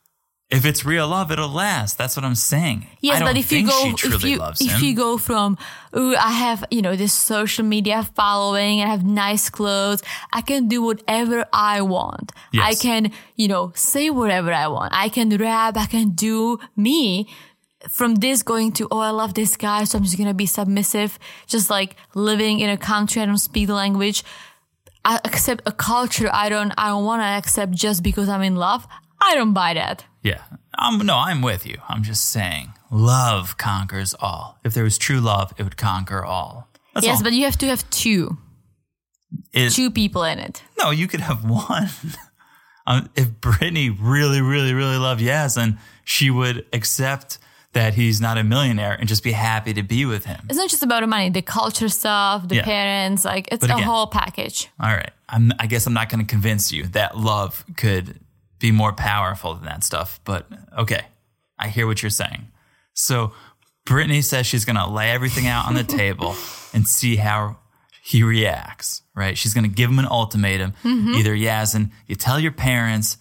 Speaker 1: If it's real love, it'll last. That's what I'm saying. I
Speaker 2: Yes,
Speaker 1: don't
Speaker 2: but if you
Speaker 1: think
Speaker 2: go
Speaker 1: she truly
Speaker 2: if you
Speaker 1: loves
Speaker 2: if
Speaker 1: him.
Speaker 2: you go from ooh, I have you know this social media following, I have nice clothes, I can do whatever I want. I
Speaker 1: Yes.
Speaker 2: can you know say whatever I want. I can rap. I can do me. From this going to oh, I love this guy, so I'm just gonna be submissive, just like living in a country I don't speak the language. I accept a culture I don't I don't want to accept just because I'm in love. I don't buy that.
Speaker 1: Yeah, I'm, no, I'm with you. I'm just saying, love conquers all. If there was true love, it would conquer all. That's
Speaker 2: yes,
Speaker 1: all.
Speaker 2: but you have to have two,
Speaker 1: It-
Speaker 2: two people in it.
Speaker 1: No, you could have one. um, if Brittany really, really, really loved Yaz, then she would accept that he's not a millionaire and just be happy to be with him.
Speaker 2: It's not just about the money, the culture stuff, the
Speaker 1: Yeah.
Speaker 2: parents, like it's
Speaker 1: But
Speaker 2: a
Speaker 1: again-
Speaker 2: whole package.
Speaker 1: All right. I'm, I guess I'm not going to convince you that love could be more powerful than that stuff, but okay. I hear what you're saying. So Brittany says she's going to lay everything out on the table and see how he reacts, right? She's going to give him an ultimatum. Either Yasin, you tell your parents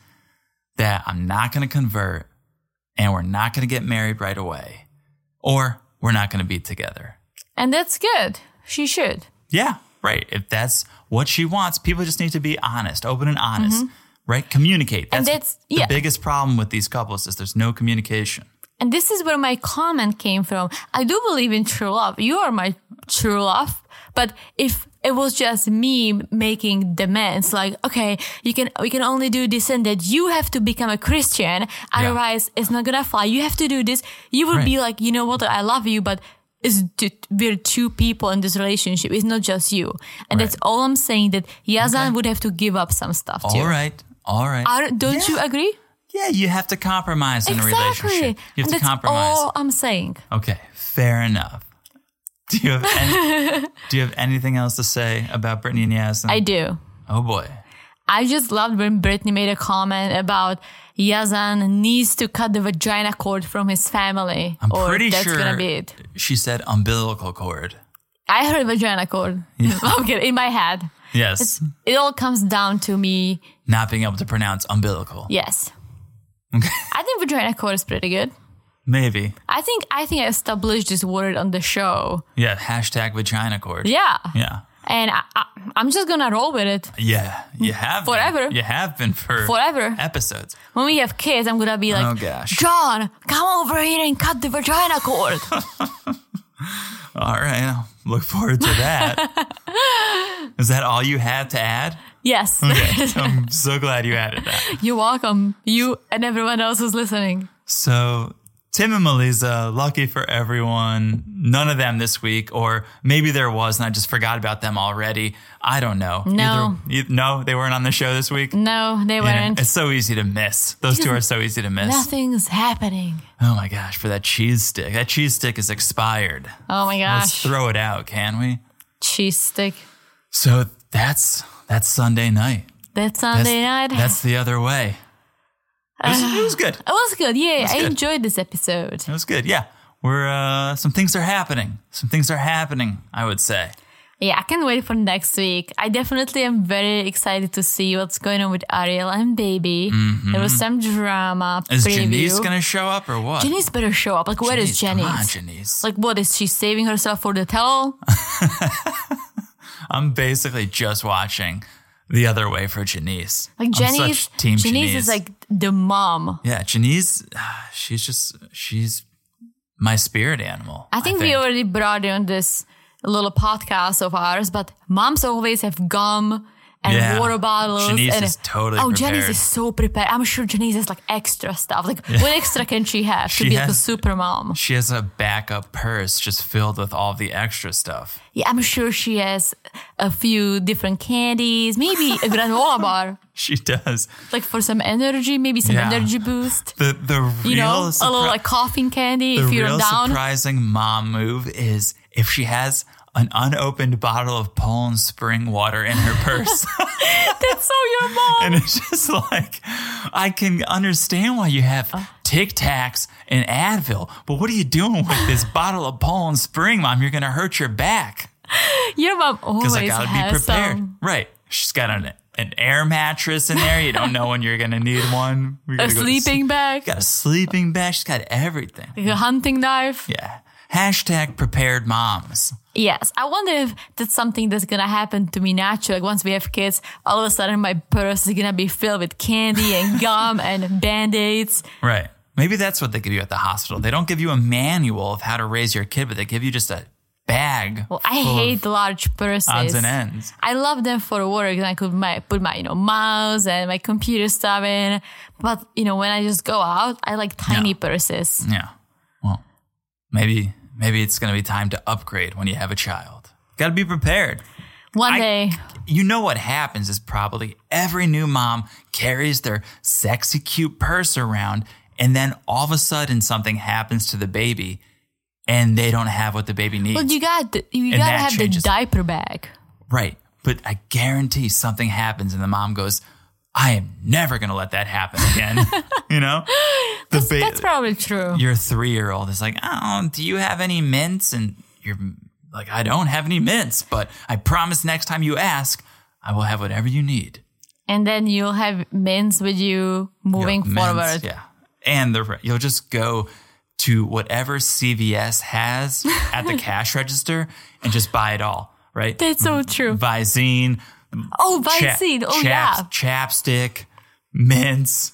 Speaker 1: that I'm not going to convert and we're not going to get married right away, or we're not going to be together.
Speaker 2: And that's good. She should.
Speaker 1: Yeah, right. If that's what she wants, people just need to be honest, open and honest, right? Communicate. That's,
Speaker 2: Mm-hmm. And that's-
Speaker 1: the
Speaker 2: yeah.
Speaker 1: biggest problem with these couples is there's no communication.
Speaker 2: And this is where my comment came from. I do believe in true love. You are my true love. But if it was just me making demands like, okay, you can, we can only do this and that. You have to become a Christian. Otherwise it's not going to fly. You have to do this. You would be like, you know what? I love you, but it's t- we're two people in this relationship. It's not just you. And
Speaker 1: Right.
Speaker 2: that's all I'm saying that Yazan would have to give up some stuff too.
Speaker 1: All right. All right.
Speaker 2: I don't, don't you uh,
Speaker 1: Yeah.
Speaker 2: agree?
Speaker 1: yeah, you have to compromise in a relationship. You
Speaker 2: and
Speaker 1: have to
Speaker 2: that's
Speaker 1: compromise.
Speaker 2: all I'm saying.
Speaker 1: Okay, fair enough. Do you have any, do you have anything else to say about Brittany and Yasmin?
Speaker 2: I do.
Speaker 1: oh boy.
Speaker 2: I just loved when Brittany made a comment about Yazan needs to cut the vagina cord from his family.
Speaker 1: I'm
Speaker 2: or
Speaker 1: pretty
Speaker 2: that's
Speaker 1: sure
Speaker 2: gonna be it.
Speaker 1: she said umbilical cord.
Speaker 2: I heard vagina cord. I'm kidding, in my head.
Speaker 1: Yes.
Speaker 2: It all comes down to me.
Speaker 1: Not being able to pronounce umbilical.
Speaker 2: Yes. I think vagina cord is pretty good.
Speaker 1: Maybe.
Speaker 2: I think I think I established this word on the show.
Speaker 1: Yeah. Hashtag vagina cord.
Speaker 2: Yeah.
Speaker 1: Yeah.
Speaker 2: And I, I, I'm just gonna roll with it
Speaker 1: Yeah, you have been.
Speaker 2: Mm. Forever.
Speaker 1: You have been for
Speaker 2: forever.
Speaker 1: episodes.
Speaker 2: When we have kids, I'm gonna be like,
Speaker 1: Oh, gosh.
Speaker 2: John, come over here and cut the vagina cord.
Speaker 1: All right, I'll look forward to that. Is that all you had to add?
Speaker 2: yes.
Speaker 1: I'm so glad you added that.
Speaker 2: You're welcome. You and everyone else who's listening.
Speaker 1: So, Tim and Melissa, lucky for everyone, none of them this week, or maybe there was and I just forgot about them already. I don't know.
Speaker 2: No.
Speaker 1: Either, e- no, they weren't on the show this week.
Speaker 2: No, they
Speaker 1: You know,
Speaker 2: weren't.
Speaker 1: It's so easy to miss. Those two are so easy to miss.
Speaker 2: Nothing's happening.
Speaker 1: Oh my gosh, for that cheese stick. That cheese stick is expired.
Speaker 2: Oh my
Speaker 1: Let's
Speaker 2: gosh.
Speaker 1: throw it out, can we?
Speaker 2: Cheese stick.
Speaker 1: So that's that's Sunday night.
Speaker 2: That
Speaker 1: That's,
Speaker 2: Sunday night.
Speaker 1: That's the other way. It was, it was good.
Speaker 2: it was good. Yeah, I
Speaker 1: good.
Speaker 2: enjoyed this episode.
Speaker 1: It was good. Yeah, we're uh, some things are happening. Some things are happening. I would say.
Speaker 2: Yeah, I can't wait for next week. I definitely am very excited to see what's going on with Ariel and Baby. There was some drama.
Speaker 1: Mm-hmm. Is
Speaker 2: preview.
Speaker 1: Janice gonna show up or what?
Speaker 2: Janice better show up. Like, where is
Speaker 1: Janice, come on,
Speaker 2: Janice?
Speaker 1: Janice.
Speaker 2: Like, what is she saving herself for the towel?
Speaker 1: I'm basically just watching the other way for Janice.
Speaker 2: Like,
Speaker 1: I'm such
Speaker 2: Jenny's,
Speaker 1: team
Speaker 2: Janice is like the mom.
Speaker 1: yeah, Janice. ah, She's just she's my spirit animal.
Speaker 2: I think, we already brought in this little podcast of ours, but moms always have gum and
Speaker 1: Yeah.
Speaker 2: water bottles.
Speaker 1: Janice
Speaker 2: and,
Speaker 1: is totally
Speaker 2: Oh, Janice
Speaker 1: prepared.
Speaker 2: is so prepared. I'm sure Janice has like extra stuff. Like, what extra can she have to
Speaker 1: She
Speaker 2: be like a
Speaker 1: has-
Speaker 2: super mom?
Speaker 1: She has a backup purse just filled with all the extra stuff.
Speaker 2: Yeah, I'm sure she has a few different candies, maybe a granola bar,
Speaker 1: She does.
Speaker 2: like for some energy, maybe some
Speaker 1: Yeah.
Speaker 2: energy boost.
Speaker 1: The the real
Speaker 2: You know, a little
Speaker 1: surpri-
Speaker 2: like coughing candy
Speaker 1: the
Speaker 2: if you're
Speaker 1: real
Speaker 2: down.
Speaker 1: surprising mom move is if she has an unopened bottle of Poland spring water in her purse.
Speaker 2: That's so your mom.
Speaker 1: and it's just like I can understand why you have Tic Tacs and Advil, but what are you doing with this bottle of Poland spring, mom? You're gonna hurt your back.
Speaker 2: Your mom always
Speaker 1: Because I gotta be
Speaker 2: has
Speaker 1: prepared.
Speaker 2: some.
Speaker 1: Right. She's got an an air mattress in there. You don't know when you're gonna need one. You're
Speaker 2: A
Speaker 1: gonna go to sleep.
Speaker 2: sleeping bag,
Speaker 1: got a sleeping bag. She's got everything.
Speaker 2: a hunting knife.
Speaker 1: Mm. Yeah. Hashtag prepared moms.
Speaker 2: Yes, I wonder if that's something that's gonna happen to me naturally. Like once we have kids, all of a sudden my purse is gonna be filled with candy and gum and band aids.
Speaker 1: Right. Maybe that's what they give you at the hospital. They don't give you a manual of how to raise your kid, but they give you just a bag.
Speaker 2: Well, I
Speaker 1: full of
Speaker 2: hate large purses.
Speaker 1: odds and ends.
Speaker 2: I love them for work, and I could my, put my you know mouse and my computer stuff in. But you know when I just go out, I like tiny
Speaker 1: Yeah.
Speaker 2: purses.
Speaker 1: Yeah. Well, maybe maybe it's gonna be time to upgrade when you have a child. Got to be prepared.
Speaker 2: One
Speaker 1: I-
Speaker 2: day,
Speaker 1: You know what happens is probably every new mom carries their sexy, cute purse around, and then all of a sudden something happens to the baby, and they don't have what the baby needs.
Speaker 2: well, you got the- you
Speaker 1: And
Speaker 2: gotta
Speaker 1: that
Speaker 2: have
Speaker 1: changes-
Speaker 2: the diaper bag.
Speaker 1: Right. But I guarantee something happens and the mom goes, I am never going to let that happen again. you know? The ba-
Speaker 2: That's probably true.
Speaker 1: your three year old is like, Oh, do you have any mints? And you're like, I don't have any mints, but I promise next time you ask, I will have whatever you need.
Speaker 2: And then you'll have mints with you moving
Speaker 1: Mints,
Speaker 2: forward.
Speaker 1: Yeah. And the, you'll just go to whatever CVS has at the cash register and just buy it all. Right.
Speaker 2: That's so true.
Speaker 1: Visine,
Speaker 2: Oh,
Speaker 1: Cha-
Speaker 2: Vaccine. Oh, yeah.
Speaker 1: chaps- Chapstick, mints.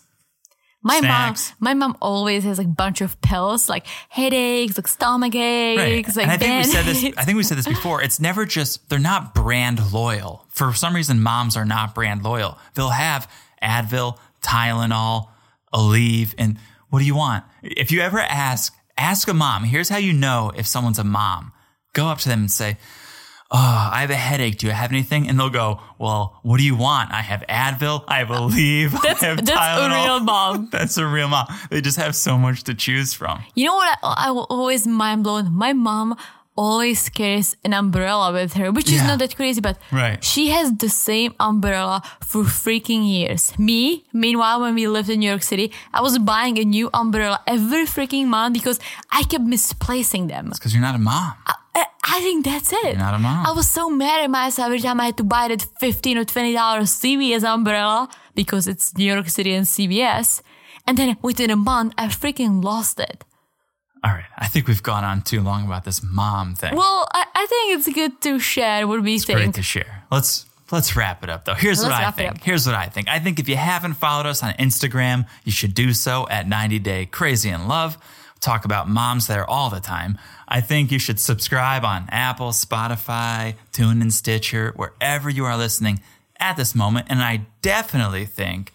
Speaker 2: My
Speaker 1: snacks.
Speaker 2: mom, my mom always has like bunch of pills, like headaches, like stomach
Speaker 1: Right.
Speaker 2: aches,
Speaker 1: And
Speaker 2: like
Speaker 1: I think we said this.
Speaker 2: Band-Aids.
Speaker 1: I think we said this before. It's never just they're not brand loyal. For some reason, moms are not brand loyal. They'll have Advil, Tylenol, Aleve, and what do you want? If you ever ask, ask a mom. Here's how you know if someone's a mom. Go up to them and say, "Oh, I have a headache. Do you have anything?" And they'll go, "Well, what do you want? I have Advil. I have Aleve. I have
Speaker 2: That's a
Speaker 1: Tylenol."
Speaker 2: real mom.
Speaker 1: That's a real mom. They just have so much to choose from.
Speaker 2: You know what? I, I wa- always mind blown. My mom always carries an umbrella with her, which is
Speaker 1: Yeah.
Speaker 2: not that crazy, but
Speaker 1: Right.
Speaker 2: she has the same umbrella for freaking years. Me, meanwhile, when we lived in New York City, I was buying a new umbrella every freaking month because I kept misplacing them.
Speaker 1: Because you're not a mom.
Speaker 2: I, I think that's it.
Speaker 1: not a mom.
Speaker 2: I was so mad at myself every time I had to buy that fifteen or twenty dollars CVS umbrella because it's New York City and CVS, and then within a month I freaking lost it.
Speaker 1: All right. I think we've gone on too long about this mom thing.
Speaker 2: Well, I, I think it's good to share what we
Speaker 1: Great
Speaker 2: think.
Speaker 1: to share. Let's let's wrap it up though. Here's
Speaker 2: Let's
Speaker 1: what I
Speaker 2: wrap it
Speaker 1: think.
Speaker 2: up.
Speaker 1: Here's what I think. I think if you haven't followed us on Instagram, you should do so at 90 Day Crazy in Love. Talk about moms there all the time. I think you should subscribe on Apple, Spotify, TuneIn, Stitcher, wherever you are listening at this moment. And I definitely think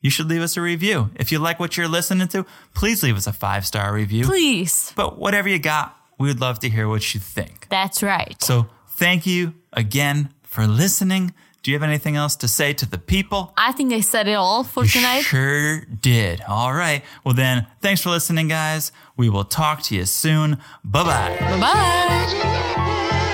Speaker 1: you should leave us a review. If you like what you're listening to, please leave us a five star review.
Speaker 2: Please.
Speaker 1: But whatever you got, we would love to hear what you think.
Speaker 2: That's right.
Speaker 1: So thank you again for listening. Do you have anything else to say to the people?
Speaker 2: I think I said it all for tonight.
Speaker 1: Sure did. All right. Well, then, thanks for listening, guys. We will talk to you soon. Bye bye.
Speaker 2: Bye.
Speaker 3: Imagine.